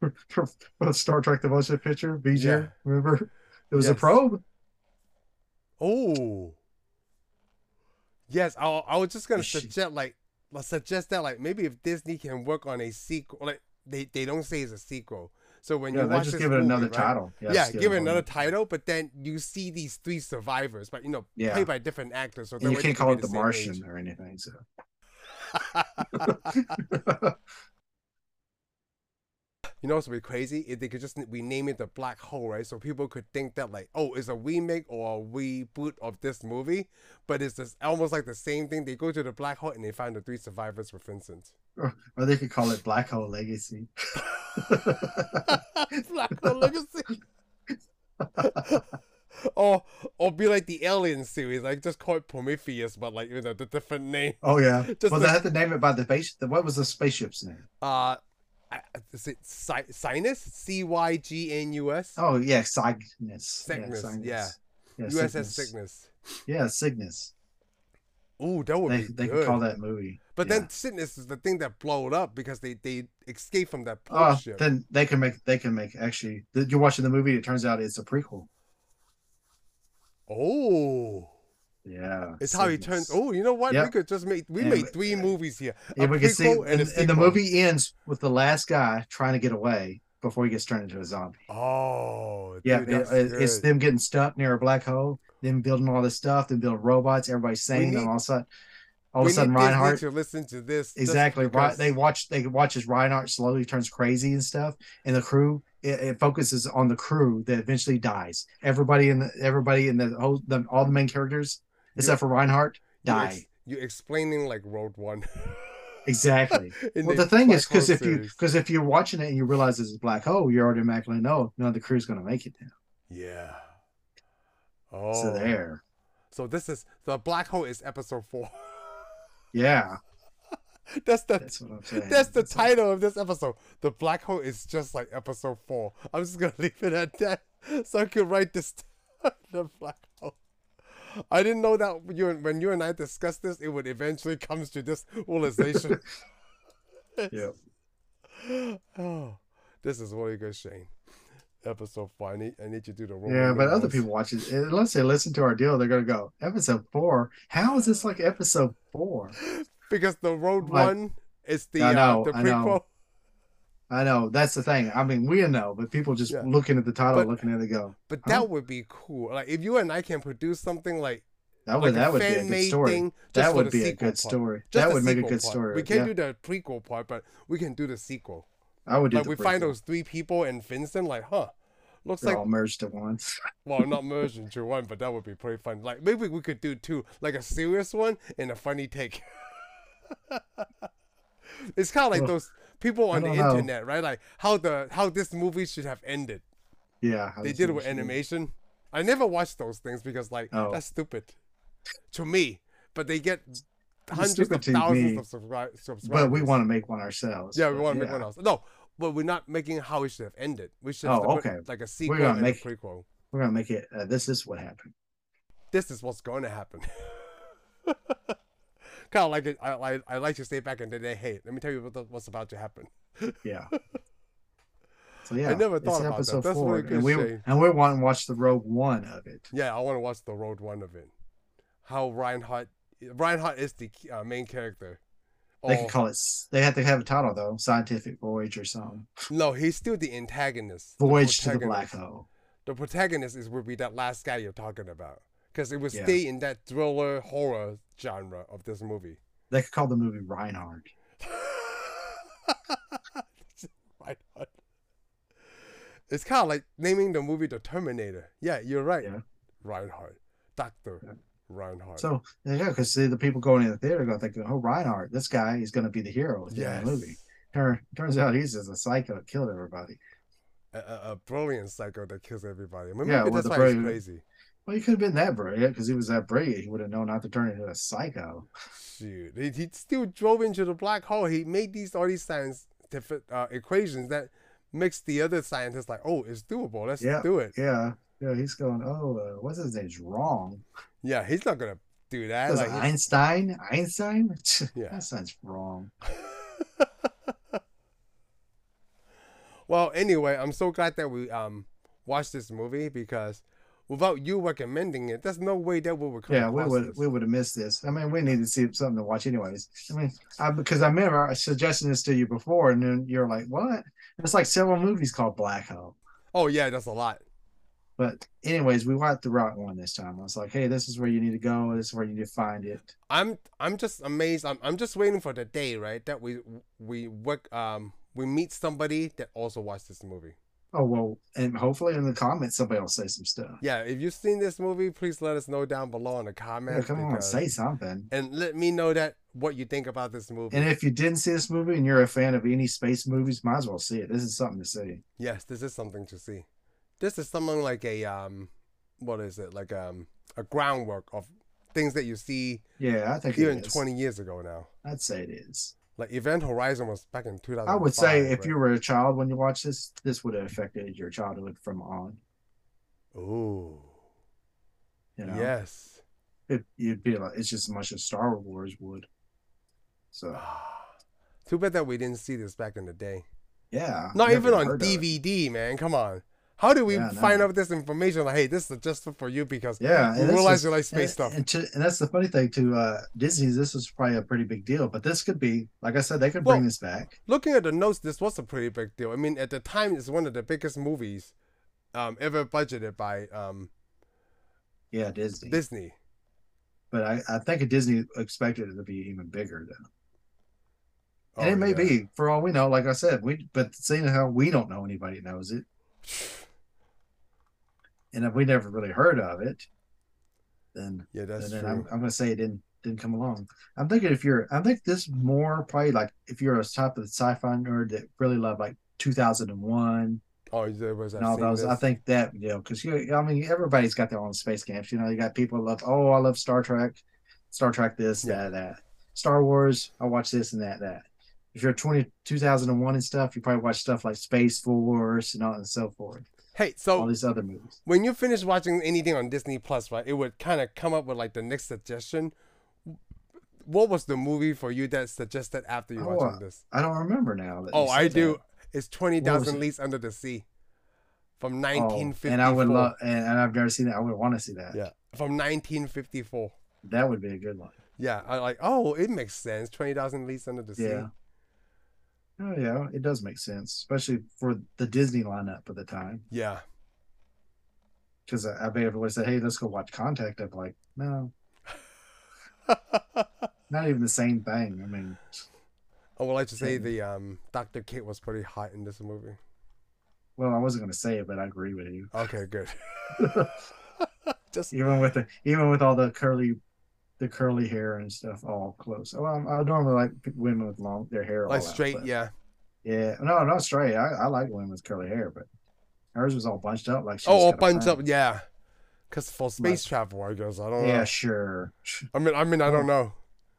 from from Star Trek: The Motion Picture, V'ger.
Yeah.
Remember, it was a
Yes.
probe.
Oh. Yes, I, I was just gonna
Is she-
suggest like let's suggest that like maybe if Disney can work on a sequel, like they, they don't say it's a sequel. So when
Yeah,
you
they
watch
just
this
give it
movie,
another
right,
title.
yeah,
just
give it
one.
another title, but then you see these three survivors, but you know,
Yeah.
played by different actors. So that
And you
way they
can't
could
call
be
it The
same
Martian
age.
or anything. So.
you know, what's would be crazy if they could just rename it the black hole, right? So people could think that like, oh, it's a remake or a reboot of this movie, but it's this almost like the same thing. They go to the black hole and they find the three survivors with Vincent.
Or they could call it Black Hole Legacy.
black hole legacy. or or be like the alien series, like just call it Prometheus, but like you know the different name.
oh yeah.
Just
well,
the-
they had to name it by the base. The, what was the spaceship's name?
Uh, I- is it Cy- Sinus? C Y G N U S.
Oh yeah, Cygnus.
Cygnus, yeah.
Cygnus. Yeah,
USS
Cygnus.
Cygnus.
Yeah, Cygnus.
Ooh, that would
They,
be
they
good.
could call that movie.
But
yeah.
then Cygnus is the thing that blowed up because they they escaped from that
Oh,
port ship.
then they can make they can make actually th- you're watching the movie. It turns out it's a prequel.
oh.
Yeah,
It's how he turns.
Cygnus.
Oh, you know what? We
Yep.
could just make we
And
made
we-
three movies here. A
and we can see,
prequel
and,
a
and the
sequel.
movie ends with the last guy trying to get away before he gets turned into a zombie.
Oh,
Yeah,
dude,
it-
that's
it- it's
good.
them getting stuck near a black hole, them building all this stuff, them building robots, everybody saying
need-
them all of a sudden, all of
We
a
need
sudden
Disney
Reinhardt
to listen to this. just
exactly right.
because-
They watch they watch as Reinhardt slowly turns crazy and stuff, and the crew it, it focuses on the crew that eventually dies. Everybody in the everybody in the whole the, all the main characters except for Reinhardt
you
die.
ex- You explaining like Road One.
exactly.
In
Well,
the
the thing is,
Black Hole
because if you
series.
because if you're watching it and you realize it's a black hole, you already automatically know no, the crew's going to make it now.
Yeah. Oh.
So there,
So this is the black hole is episode four.
yeah,
that's the
that's what I'm saying.
that's the
like-
title of this episode. The black hole is just like episode four. I'm just gonna leave it at that, so I can write this. down. the black hole. I didn't know that when you and- when you and I discussed this, it would eventually comes to this realization.
Yeah.
oh, this is really good, Shane. Episode four. I need I need you to do the roll.
Yeah, but other
numerals.
people watch it. Unless they listen to our deal, they're gonna go episode four. How is this like episode four?
because the road
Like-
one is the
I
uh,
know,
the
I know.
prequel.
I know that's the thing. I mean, we know, but people just
Yeah.
looking at the title,
But-
looking at it, go
But
Huh?
that would be cool. Like if you and I can produce something like
that
like
would that would be a good
fan-made
story.
thing just
That
for
would
the
be a
sequel part.
good story.
Just
That
the
would make a
sequel
good
part.
story.
We can't
Yeah,
do the prequel part, but we can do the sequel.
I would do.
like
the
we find
prequel.
those three people and Vincent, like, huh. Looks
They're
like
all merged at once.
well, not merged into one, but that would be pretty fun. Like maybe we could do two, like a serious one and a funny take. it's kind of like
Well,
those people
I
on the
don't know.
internet, right? Like how the how this movie should have ended.
Yeah,
they did it with
animation.
animation. I never watched those things because like
Oh.
that's stupid to me. But they get hundreds
stupid
of
to
thousands
me,
of subscri- subscribers.
But we want to make one ourselves.
yeah, we
but
want to make one else. No, but we're not making how it should have ended. We should have
Oh,
put,
okay.
like a sequel
gonna
and
make-
a prequel.
We're gonna make it. Uh, this is what happened.
This is what's going to happen. kind of like it. I, I, I like to stay back and then they hey, let me tell you what the, what's about to happen.
Yeah. So yeah,
never
it's
thought about that.
episode
That's really
four,
good,
and we
Shane.
and we want to watch the Rogue One of it.
Yeah, I want to watch the road one of it. How Reinhardt Reinhardt is the uh, main character. Oh,
They could
Or-
call it. s- They have to have a title though, scientific voyage or something.
No, he's still the antagonist.
Voyage to the
protagonist.
black hole.
The protagonist is would be that last guy you're talking about. because it would
Yeah.
stay in that thriller horror genre of this movie.
They could call the movie Reinhard.
Right on. It's kind of like naming the movie The Terminator. Yeah, you're right.
Yeah.
Reinhardt. Dr. Reinhardt.
So yeah, because see the people going in the theater are going to think, oh, Reinhardt, this guy is going to be the hero of the
Yes.
movie. Tur- Turns out he's just a psycho that killed everybody.
a, a, a brilliant psycho that kills everybody. Maybe,
Yeah,
maybe that's
with the
why
brain.
he's crazy.
Well, he could have been that brilliant because he was that brilliant. He would have known not to turn into a psycho.
Shoot. He, he still drove into the black hole. He made these all these scientific uh, equations that makes the other scientists like, oh, it's doable. Let's
Yeah.
do it.
Yeah, yeah. He's going, oh, uh, what's his name's wrong?
Yeah, he's not going to do that.
Because
Like, he-
Einstein, Einstein.
Yeah.
that sounds wrong.
Well, anyway, I'm so glad that we um watched this movie because without you recommending it, there's no way that we would come
Yeah, we
across
would
this.
we would have missed this. I mean, we need to see something to watch anyways. I mean, I, because I remember suggesting this to you before, and then you're like, "What?" It's like several movies called Black Hole.
Oh yeah, that's a lot.
But anyways, we watched the right one this time. I was like, "Hey, this is where you need to go. This is where you need to find it."
I'm I'm just amazed. I'm I'm just waiting for the day, right, that we we work um we meet somebody that also watched this movie.
Oh well, and hopefully in the comments somebody will say some stuff.
Yeah, if you've seen this movie, please let us know down below in the
Yeah,
comments.
come on,
because-
say something.
and let me know that what you think about this movie.
And if you didn't see this movie and you're a fan of any space movies, might as well see it. This is something to see.
Yes, this is something to see. This is something like a um, what is it? Like um, a groundwork of things that you see
Yeah, I think it
even
is.
twenty years ago now.
I'd say it is.
Like Event Horizon was back in two thousand.
I would say if you were a child when you watched this, this would have affected your childhood from on.
Ooh.
You know,
Yes.
it, you'd be like, it's just as much as Star Wars would. So
Too bad that we didn't see this back in the day.
yeah,
Not
never
even on
heard of it.
DVD, man. Come on. How did we
Yeah,
find
no.
out this information? Like, hey, this is just for you because
Yeah,
we
and this
realize
is-
you like space
and,
stuff.
and, to, and that's the funny thing to uh, Disney. This was probably a pretty big deal, but this could be, like I said, they could bring
Well-
this back.
looking at the notes, this was a pretty big deal. I mean, at the time, it's one of the biggest movies um, ever budgeted by um,
Yeah, Disney.
Disney.
but I, I think Disney expected it to be even bigger though. And
Oh,
it may
yeah.
be for all we know. Like I said, we but seeing how we don't know anybody that knows it, and if we never really heard of it, then
Yeah, that's
then
true.
I'm, I'm gonna say it didn't didn't come along. I'm thinking if you're, I think this more probably like if you're a type of sci-fi nerd that really love like 2001
oh, there was.
and all those. I think that you know because you, I mean, everybody's got their own space camps. You know, you got people who love, oh, I love Star Trek, Star Trek this,
Yeah.
that, that, Star Wars. I watch this and that, that. If you're 20, 2001 and stuff, you probably watch stuff like Space Force and all and so forth.
Hey,
All
so
these other movies.
when you finish watching anything on Disney Plus, right, it would kind of come up with like the next suggestion. What was the movie for you that suggested after you
Oh,
watching
uh,
this?
I don't remember now. that you
Oh, I
said
do.
that.
It's Twenty Thousand
it?
Leagues Under the Sea, from
Oh,
nineteen fifty.
and I would love, and, and I've never seen that. I would want to see that.
Yeah, from nineteen fifty four.
That would be a good one.
Yeah, I like. Oh, it makes sense. Twenty thousand leagues under the sea.
Yeah. Oh yeah, it does make sense, especially for the Disney lineup at the time.
Yeah.
because I, I bet everyone said, "Hey, let's go watch Contact." I'm like, no, not even the same thing. I mean,
I would like to say
Mm.
the um Doctor Kate was pretty hot in this movie.
well, I wasn't going to say it, but I agree with you.
Okay, good. Just
Even with the even with all the curly, the curly hair and stuff, all close. Well, I'm, I normally like p- women with long their hair,
like
all out,
straight,
but-
yeah.
yeah. No, not straight. I, I like women with curly hair, but hers was all bunched up, like she
Oh,
was
all
kinda
bunched
perm.
up, yeah. Cause for space travel, I guess I don't
Yeah,
know.
sure.
I mean, I mean, I don't
Oh.
know.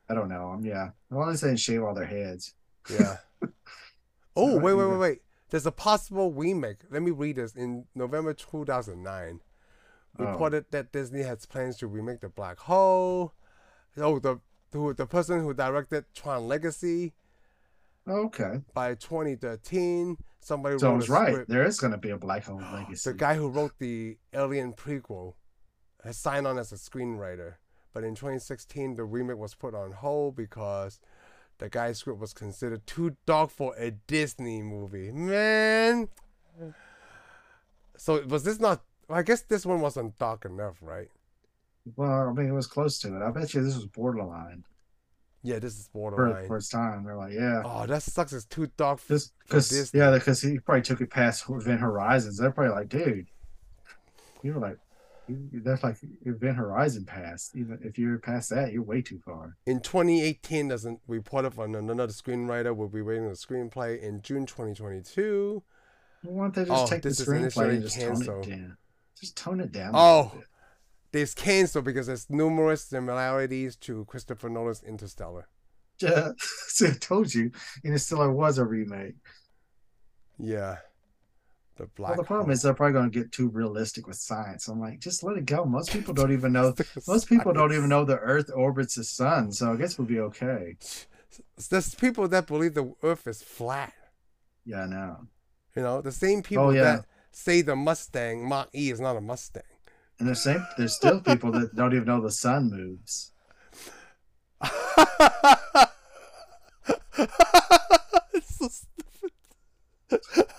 I don't know. I'm yeah. I'm only saying shave all their heads.
Yeah. oh
So,
wait, wait,
yeah.
wait, wait. There's a possible remake. Let me read this. In November 2009,
Oh.
reported that Disney has plans to remake The Black Hole. Oh, the who the person who directed Tron Legacy
Okay,
by 2013, somebody
so I
wrote
was
a
right.
script.
There is going to be a black hole legacy.
The guy who wrote the Alien prequel has signed on as a screenwriter, but in 2016, the remake was put on hold because the guy's script was considered too dark for a Disney movie. Man, so was this not? I guess this one wasn't dark enough, right?
Well, I mean, it was close to it. I bet you this was borderline
Yeah, this is
for the
borderline.
first time. They're like, yeah,
Oh, that sucks. It's too dark. f-
this
For
because
Disney.
yeah, because he probably took it past Event Horizons. They're probably like, dude, you were like, you- that's like Event Horizon passed. Even if you're past that, you're way too far.
In 2018, there's a report of an- another screenwriter will be writing the screenplay in June 2022.
Why don't they just
Oh,
take the
this is initially
screenplay and just
canceled.
tone it down? Just tone it down. a
Oh.
little bit.
This canceled because there's numerous similarities to Christopher Nolan's Interstellar.
Yeah, see, I told you, and it still was a remake.
Yeah. The black.
Well, the problem is they're probably going to get too realistic with science. I'm like, just let it go. Most people don't even know. Most people don't even know the Earth orbits the sun, so I guess we'll be okay.
There's people that believe the Earth is flat.
Yeah, I know.
You know, the same people
Oh, yeah.
that say the Mustang Mach E is not a Mustang.
And there's same, there's still people that don't even know the sun moves.
It's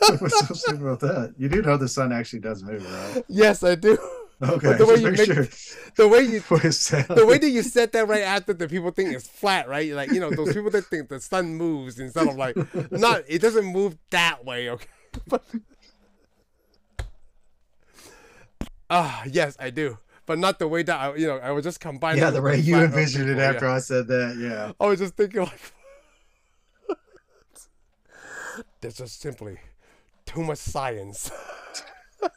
so
What's so stupid about that? You do know the sun actually does move, right?
Yes, I do.
Okay,
the way
just
you
make
make-
sure.
The way you
What is that?
the way that you said that right after the people think it's flat, right? Like you know those people that think the sun moves instead of like not it doesn't move that way. Okay. Ah yes, I do, but not the way that I you know I was just combining.
yeah,
it
the
with
way you
flat Earth
envisioned it
people, yeah.
after I said that. Yeah.
I was just thinking like there's just simply too much science. I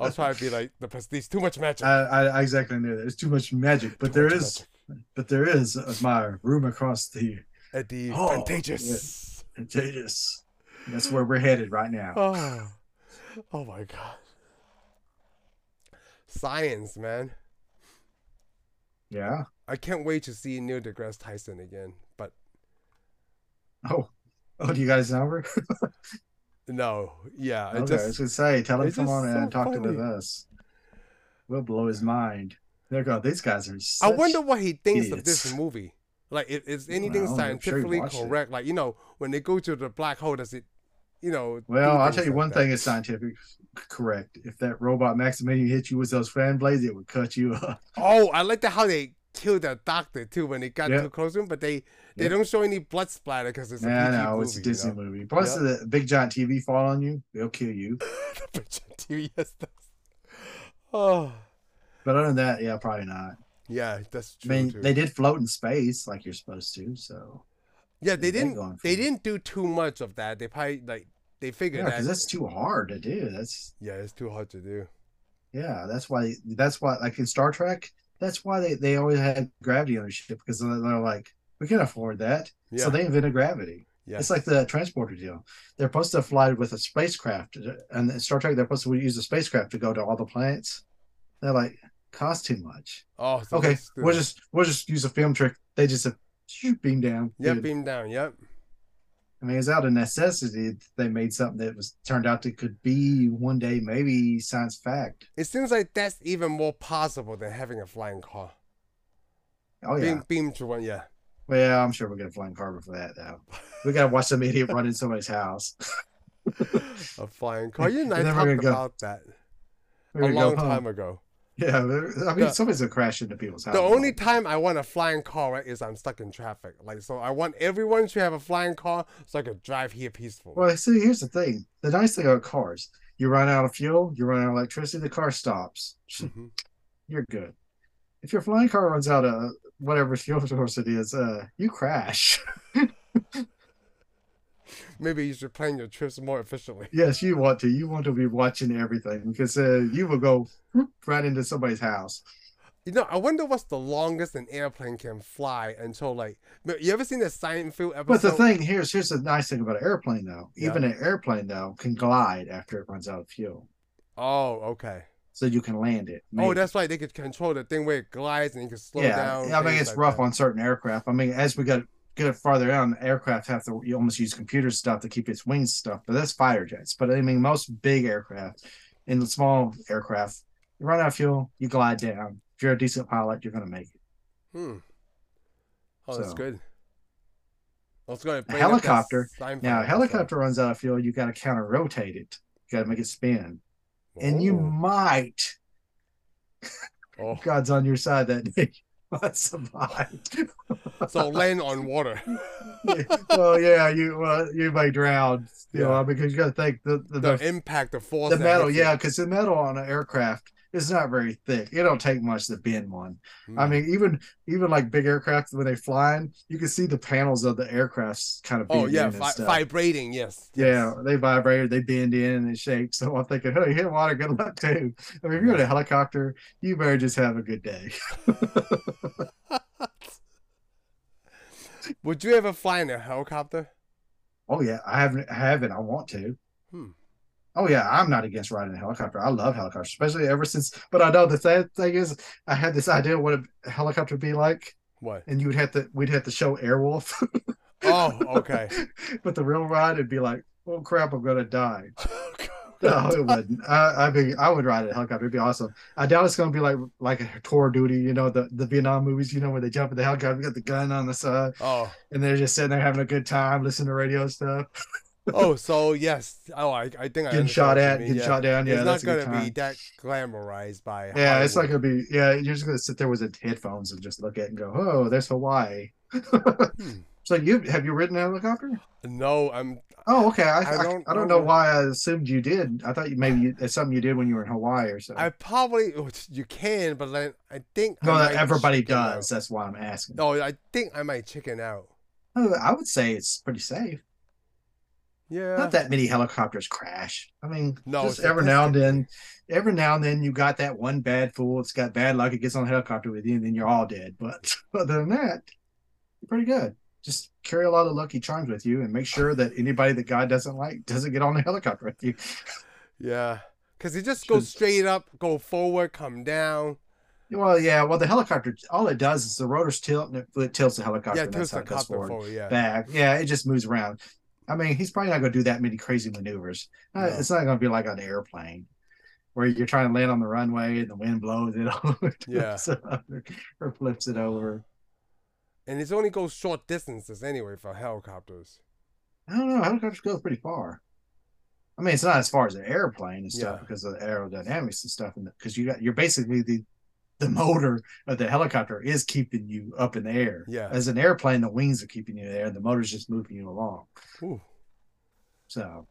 was trying to be like the prestige, too much magic.
I, I I exactly knew that. It's too much magic, but
Too
there
much
is, but there is uh, my room across the
at the
Oh,
contagious.
contagious. That's where we're headed right now.
Oh. oh my god. Science, man.
Yeah.
I can't wait to see Neil deGrasse Tyson again. But
Oh, oh, do you guys know her?
no, yeah, I
okay, I was
just
gonna say, tell him
it's
come
just
on
so
and talk to with
funny.
us. We'll blow his mind. There go. These guys are.
I
Such...
wonder what he thinks of this
idiots.
movie. Like, if it's anything
Well, I'm sure he
scientifically
watched it.
correct. Like, you know, when they go to the black hole, does it, you know? do
Well, I'll
things
tell you
like
one
that?
thing is scientific correct. If that robot Maximilian hit you with those fan blades, it would cut you up.
Oh, I like the how they killed the doctor too when they got
Yeah.
too close to him, but they they
Yeah.
don't show any blood splatter because it's a
Yeah,
PG
no,
movie.
it's a Disney
you know?
movie. Plus,
Yeah.
the big giant TV fall on you, they'll kill you.
TV, yes, that's- Oh,
But other than that, yeah, probably not.
yeah, that's
I
true.
mean,
too.
they did float in space like you're supposed to, so
yeah, they
they
didn't
going for
they
it.
didn't do too much of that. They probably like they
yeah,
figured
because
that
that's too hard to do. That's
yeah, it's too hard to do.
yeah, that's why that's why like in Star Trek, that's why they they always had gravity on their ship because they're they're like we can afford that,
Yeah,
so they invented gravity.
yeah,
It's like the transporter deal. They're supposed to fly with a spacecraft, and in Star Trek, they're supposed to use a spacecraft to go to all the planets. They're like cost too much.
oh, so
Okay,
let's do
we'll
that.
just we'll just use a film trick. They just uh, shoot beam down.
yep,
Good.
beam down, yep.
I mean, it's out of necessity that they made something that was turned out to could be one day maybe science fact.
It seems like that's even more possible than having a flying car.
Oh yeah.
Beam beam to one, yeah.
Well, I'm sure we're gonna flying car for that though. We gotta watch some idiot run in somebody's house.
a flying car. You and I
And then we're
talked
gonna go-
about that
We're
a
gonna go
long
home.
time ago.
Yeah, but- I mean,
The-
somebody's gonna crash into people's house.
The only time I want a flying car right, is I'm stuck in traffic. Like so, I want everyone to have a flying car so I could drive here peaceful.
Well, see, here's the thing. The nice thing about cars, you run out of fuel, you run out of electricity, the car stops.
Mhm.
You're good. If your flying car runs out of whatever fuel source it is, uh, you crash.
Maybe you should plan your trips more efficiently.
Yes, you want to. You want to be watching everything because uh, you will go whoop right into somebody's house.
You know, I wonder what's the longest an airplane can fly until like you ever seen the Seinfeld episode?
But the thing here's here's the nice thing about an airplane though.
Yeah.
Even an airplane though can glide after it runs out of fuel,
Oh, okay.
so you can land it.
Oh,
maybe.
that's right. They could control the thing where it glides and you can slow
yeah.
down.
I mean,
things
it's
like
rough
that.
on certain aircraft. I mean, as we get get farther down, aircraft have to you almost use computer stuff to keep its wings stuff. But that's fighter jets. But I mean, most big aircraft and small aircraft, you run out of fuel, you glide down. If you're a decent pilot, you're gonna make it.
Hmm. Oh, that's
So.
good. I was going to
helicopter- Now, a
a
helicopter runs out of fuel, you got to counter
Oh.
rotate it. You got to make it spin. And you
Ooh.
might
Oh.
God's on your side that day. I survived.
Oh. So land on water.
well, yeah, you well, you may drown, you
Yeah.
know, because you got to think the the,
the
the,
impact, the force. that
metal,
hits you.
yeah, because the metal on an aircraft is not very thick. It don't take much to bend one. I
Mm.
mean, even even like big aircraft when they flying, you can see the panels of the aircrafts kind of.
oh
bending
yeah,
and
vi-
stuff.
vibrating. Yes.
Yeah,
yes.
they vibrate, they bend in and they shake. So I'm thinking, hey, hit water, good luck too. I mean, if you're in a helicopter, you better just have a good day.
Would you ever fly in a helicopter?
Oh yeah, I haven't, I haven't, I want to.
Hmm.
Oh yeah, I'm not against riding a helicopter. I love helicopters, especially ever since. But I know the sad thing is, I had this idea of what a helicopter would be like,
What?
and you would have to, we'd have to show Airwolf.
Oh, okay.
but the real ride would be like, oh crap, I'm gonna die. No, it wouldn't. I, I mean, I would ride a helicopter. It'd be awesome. I doubt it's gonna be like like a tour of duty, you know, the, the Vietnam movies, you know, where they jump in the helicopter, got the gun on the side,
oh,
and they're just sitting there having a good time, listening to radio stuff,
oh. So yes. Oh, I, I think I
getting
understand
shot
what you
at,
mean,
getting
yeah.
shot down. Yeah,
it's
that's
not
a good
gonna be
time.
that glamorized by.
Yeah, it's not
Hollywood.
gonna be. Yeah, you're just gonna sit there with the headphones and just look at it and go, "Oh, there's Hawaii."
Hmm.
So you have you ridden a helicopter?
No, I'm.
Oh, okay.
I
I, I,
don't
I don't,
know
know
what-
why I assumed you did. I thought you maybe you, it's something you did when you were in Hawaii or something.
I probably oh, you can, but then I think I
no, that
might
everybody
chicken out.
does. That's why I'm asking.
No, I think I might chicken out.
Oh, I would say it's pretty safe.
Yeah.
Not that many helicopters crash. I mean,
No,
just every now and then, every now and then you got that one bad fool. It's got bad luck. It gets on a helicopter with you, and then you're all dead. But other than that, you're pretty good. Just carry a lot of lucky charms with you, and make sure that anybody that God doesn't like doesn't get on the helicopter with you.
Yeah, because it just goes
Should-
straight up, go forward, come down.
Well, yeah. Well, the helicopter, all it does is the rotors tilt and it, it tilts the helicopter.
yeah,
and
tilts
that's
the
how it goes
copter
forward.
forward. Yeah.
back. Yeah, it just moves around. I mean, he's probably not going to do that many crazy maneuvers. Uh,
No.
It's not going to be like an airplane where you're trying to land on the runway and the wind blows it over,
Yeah.
or flips it over.
and it only goes short distances anyway for helicopters.
I don't know. Helicopters go pretty far. I mean, it's not as far as an airplane and stuff
Yeah.
because of the aerodynamics and stuff, and because you got you're basically the the motor of the helicopter is keeping you up in the air.
Yeah.
As an airplane, the wings are keeping you there, and the motor's just moving you along.
Ooh.
So,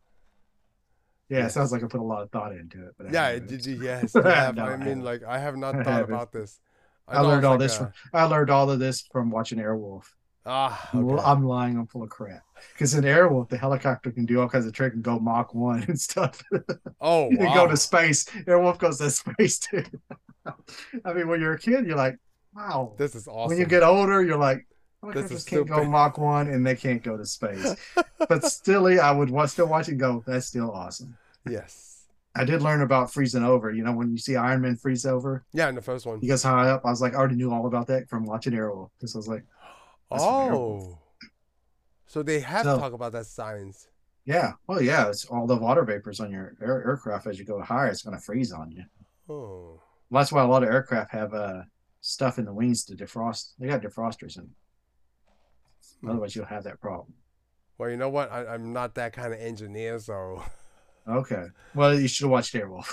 yeah,
Yeah.
it sounds like I put a lot of thought into it. But I
Yeah,
haven't.
it did you- yes. you have.
No,
I
I
mean,
haven't.
like, I have
I
not thought
haven't.
about this.
I
thought it
learned
was
all
like
this.
a-
From, I learned all of this from watching Airwolf.
Ah,
I'm l-
okay.
I'm lying. I'm full of crap. Because in Airwolf, the helicopter can do all kinds of trick and go Mach one and stuff.
oh,
you can
wow.
go to space. Airwolf goes to space too. I mean, when you're a kid, you're like, wow.
this is awesome.
When you get older, you're like, "Oh
This is
helicopters can't go
stupid.
Mach one and they can't go to space. but still, I would wa- still watch it and go, that's still awesome.
yes.
I did learn about freezing over. You know, when you see Iron Man freeze over,
Yeah, in the first one.
he goes high up. I was like, I already knew all about that from watching Arrow because I was like, That's from Airwolf.
oh. So they have
So-
to talk about that science.
yeah, well, yeah, it's all the water vapors on your air- aircraft as you go higher, it's going to freeze on you.
Oh.
Well, that's why a lot of aircraft have uh, stuff in the wings to defrost. They got defrosters in.
Hmm.
them. Otherwise, you'll have that problem.
Well, you know what? I, I'm not that kind of engineer, so
Okay. Well, you should have watched Airwolf.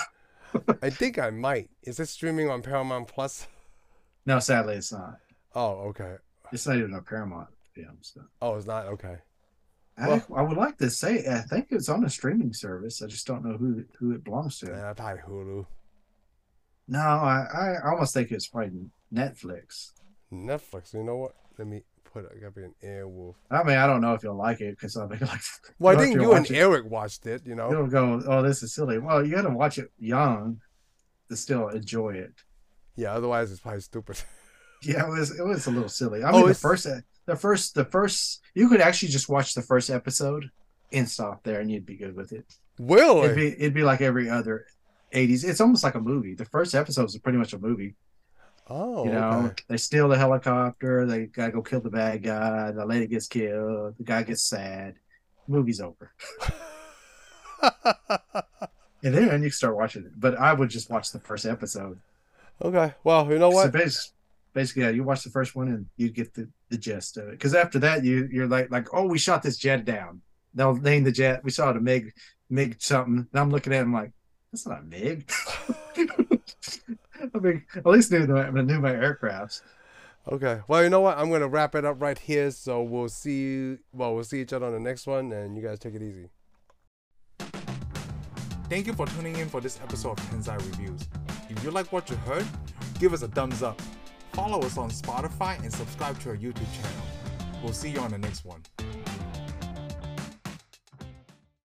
I think I might. Is it streaming on Paramount Plus?
No, sadly, it's not.
Oh, okay.
It's not even a Paramount film. So.
Oh, it's not okay.
I, I would like to say I think it's on a streaming service. I just don't know who who it belongs to.
Yeah, probably Hulu,
No, I, I almost think it's probably Netflix.
Netflix. You know what? Let me put it up in Airwolf.
I mean, I don't know if you'll like it because I think like
Well, I
Don't
think
you
you and
watch it?
Eric watched it. You know.
you'll go, oh, this is silly. Well, you got to watch it young to still enjoy it.
Yeah. Otherwise, it's probably stupid.
Yeah, it was it was a little silly. I
Oh,
mean, the
it's-
first e, the first the first you could actually just watch the first episode and stop there, and you'd be good with it.
Really?
It'd be it'd be like every other. 80s it's almost like a movie the first episode is pretty much a movie
oh.
you know
okay.
they steal the helicopter they gotta go kill the bad guy the lady gets killed the guy gets sad movie's over and then you start watching it but i would just watch the first episode
okay. Well, you know
so
what?
basically, basically yeah you watch the first one and you get the, the gist of it because after that you you're like like oh we shot this jet down they'll name the jet we saw the mig mig something and i'm looking at him like that's not a mig I mean, at least knew the knew my aircrafts.
Okay. Well, you know what? I'm gonna wrap it up right here. So we'll see. You, well, we'll see each other on the next one, and you guys take it easy. Thank you for tuning in for this episode of Tensai Reviews. If you like what you heard, give us a thumbs up. Follow us on Spotify and subscribe to our YouTube channel. We'll see you on the next one.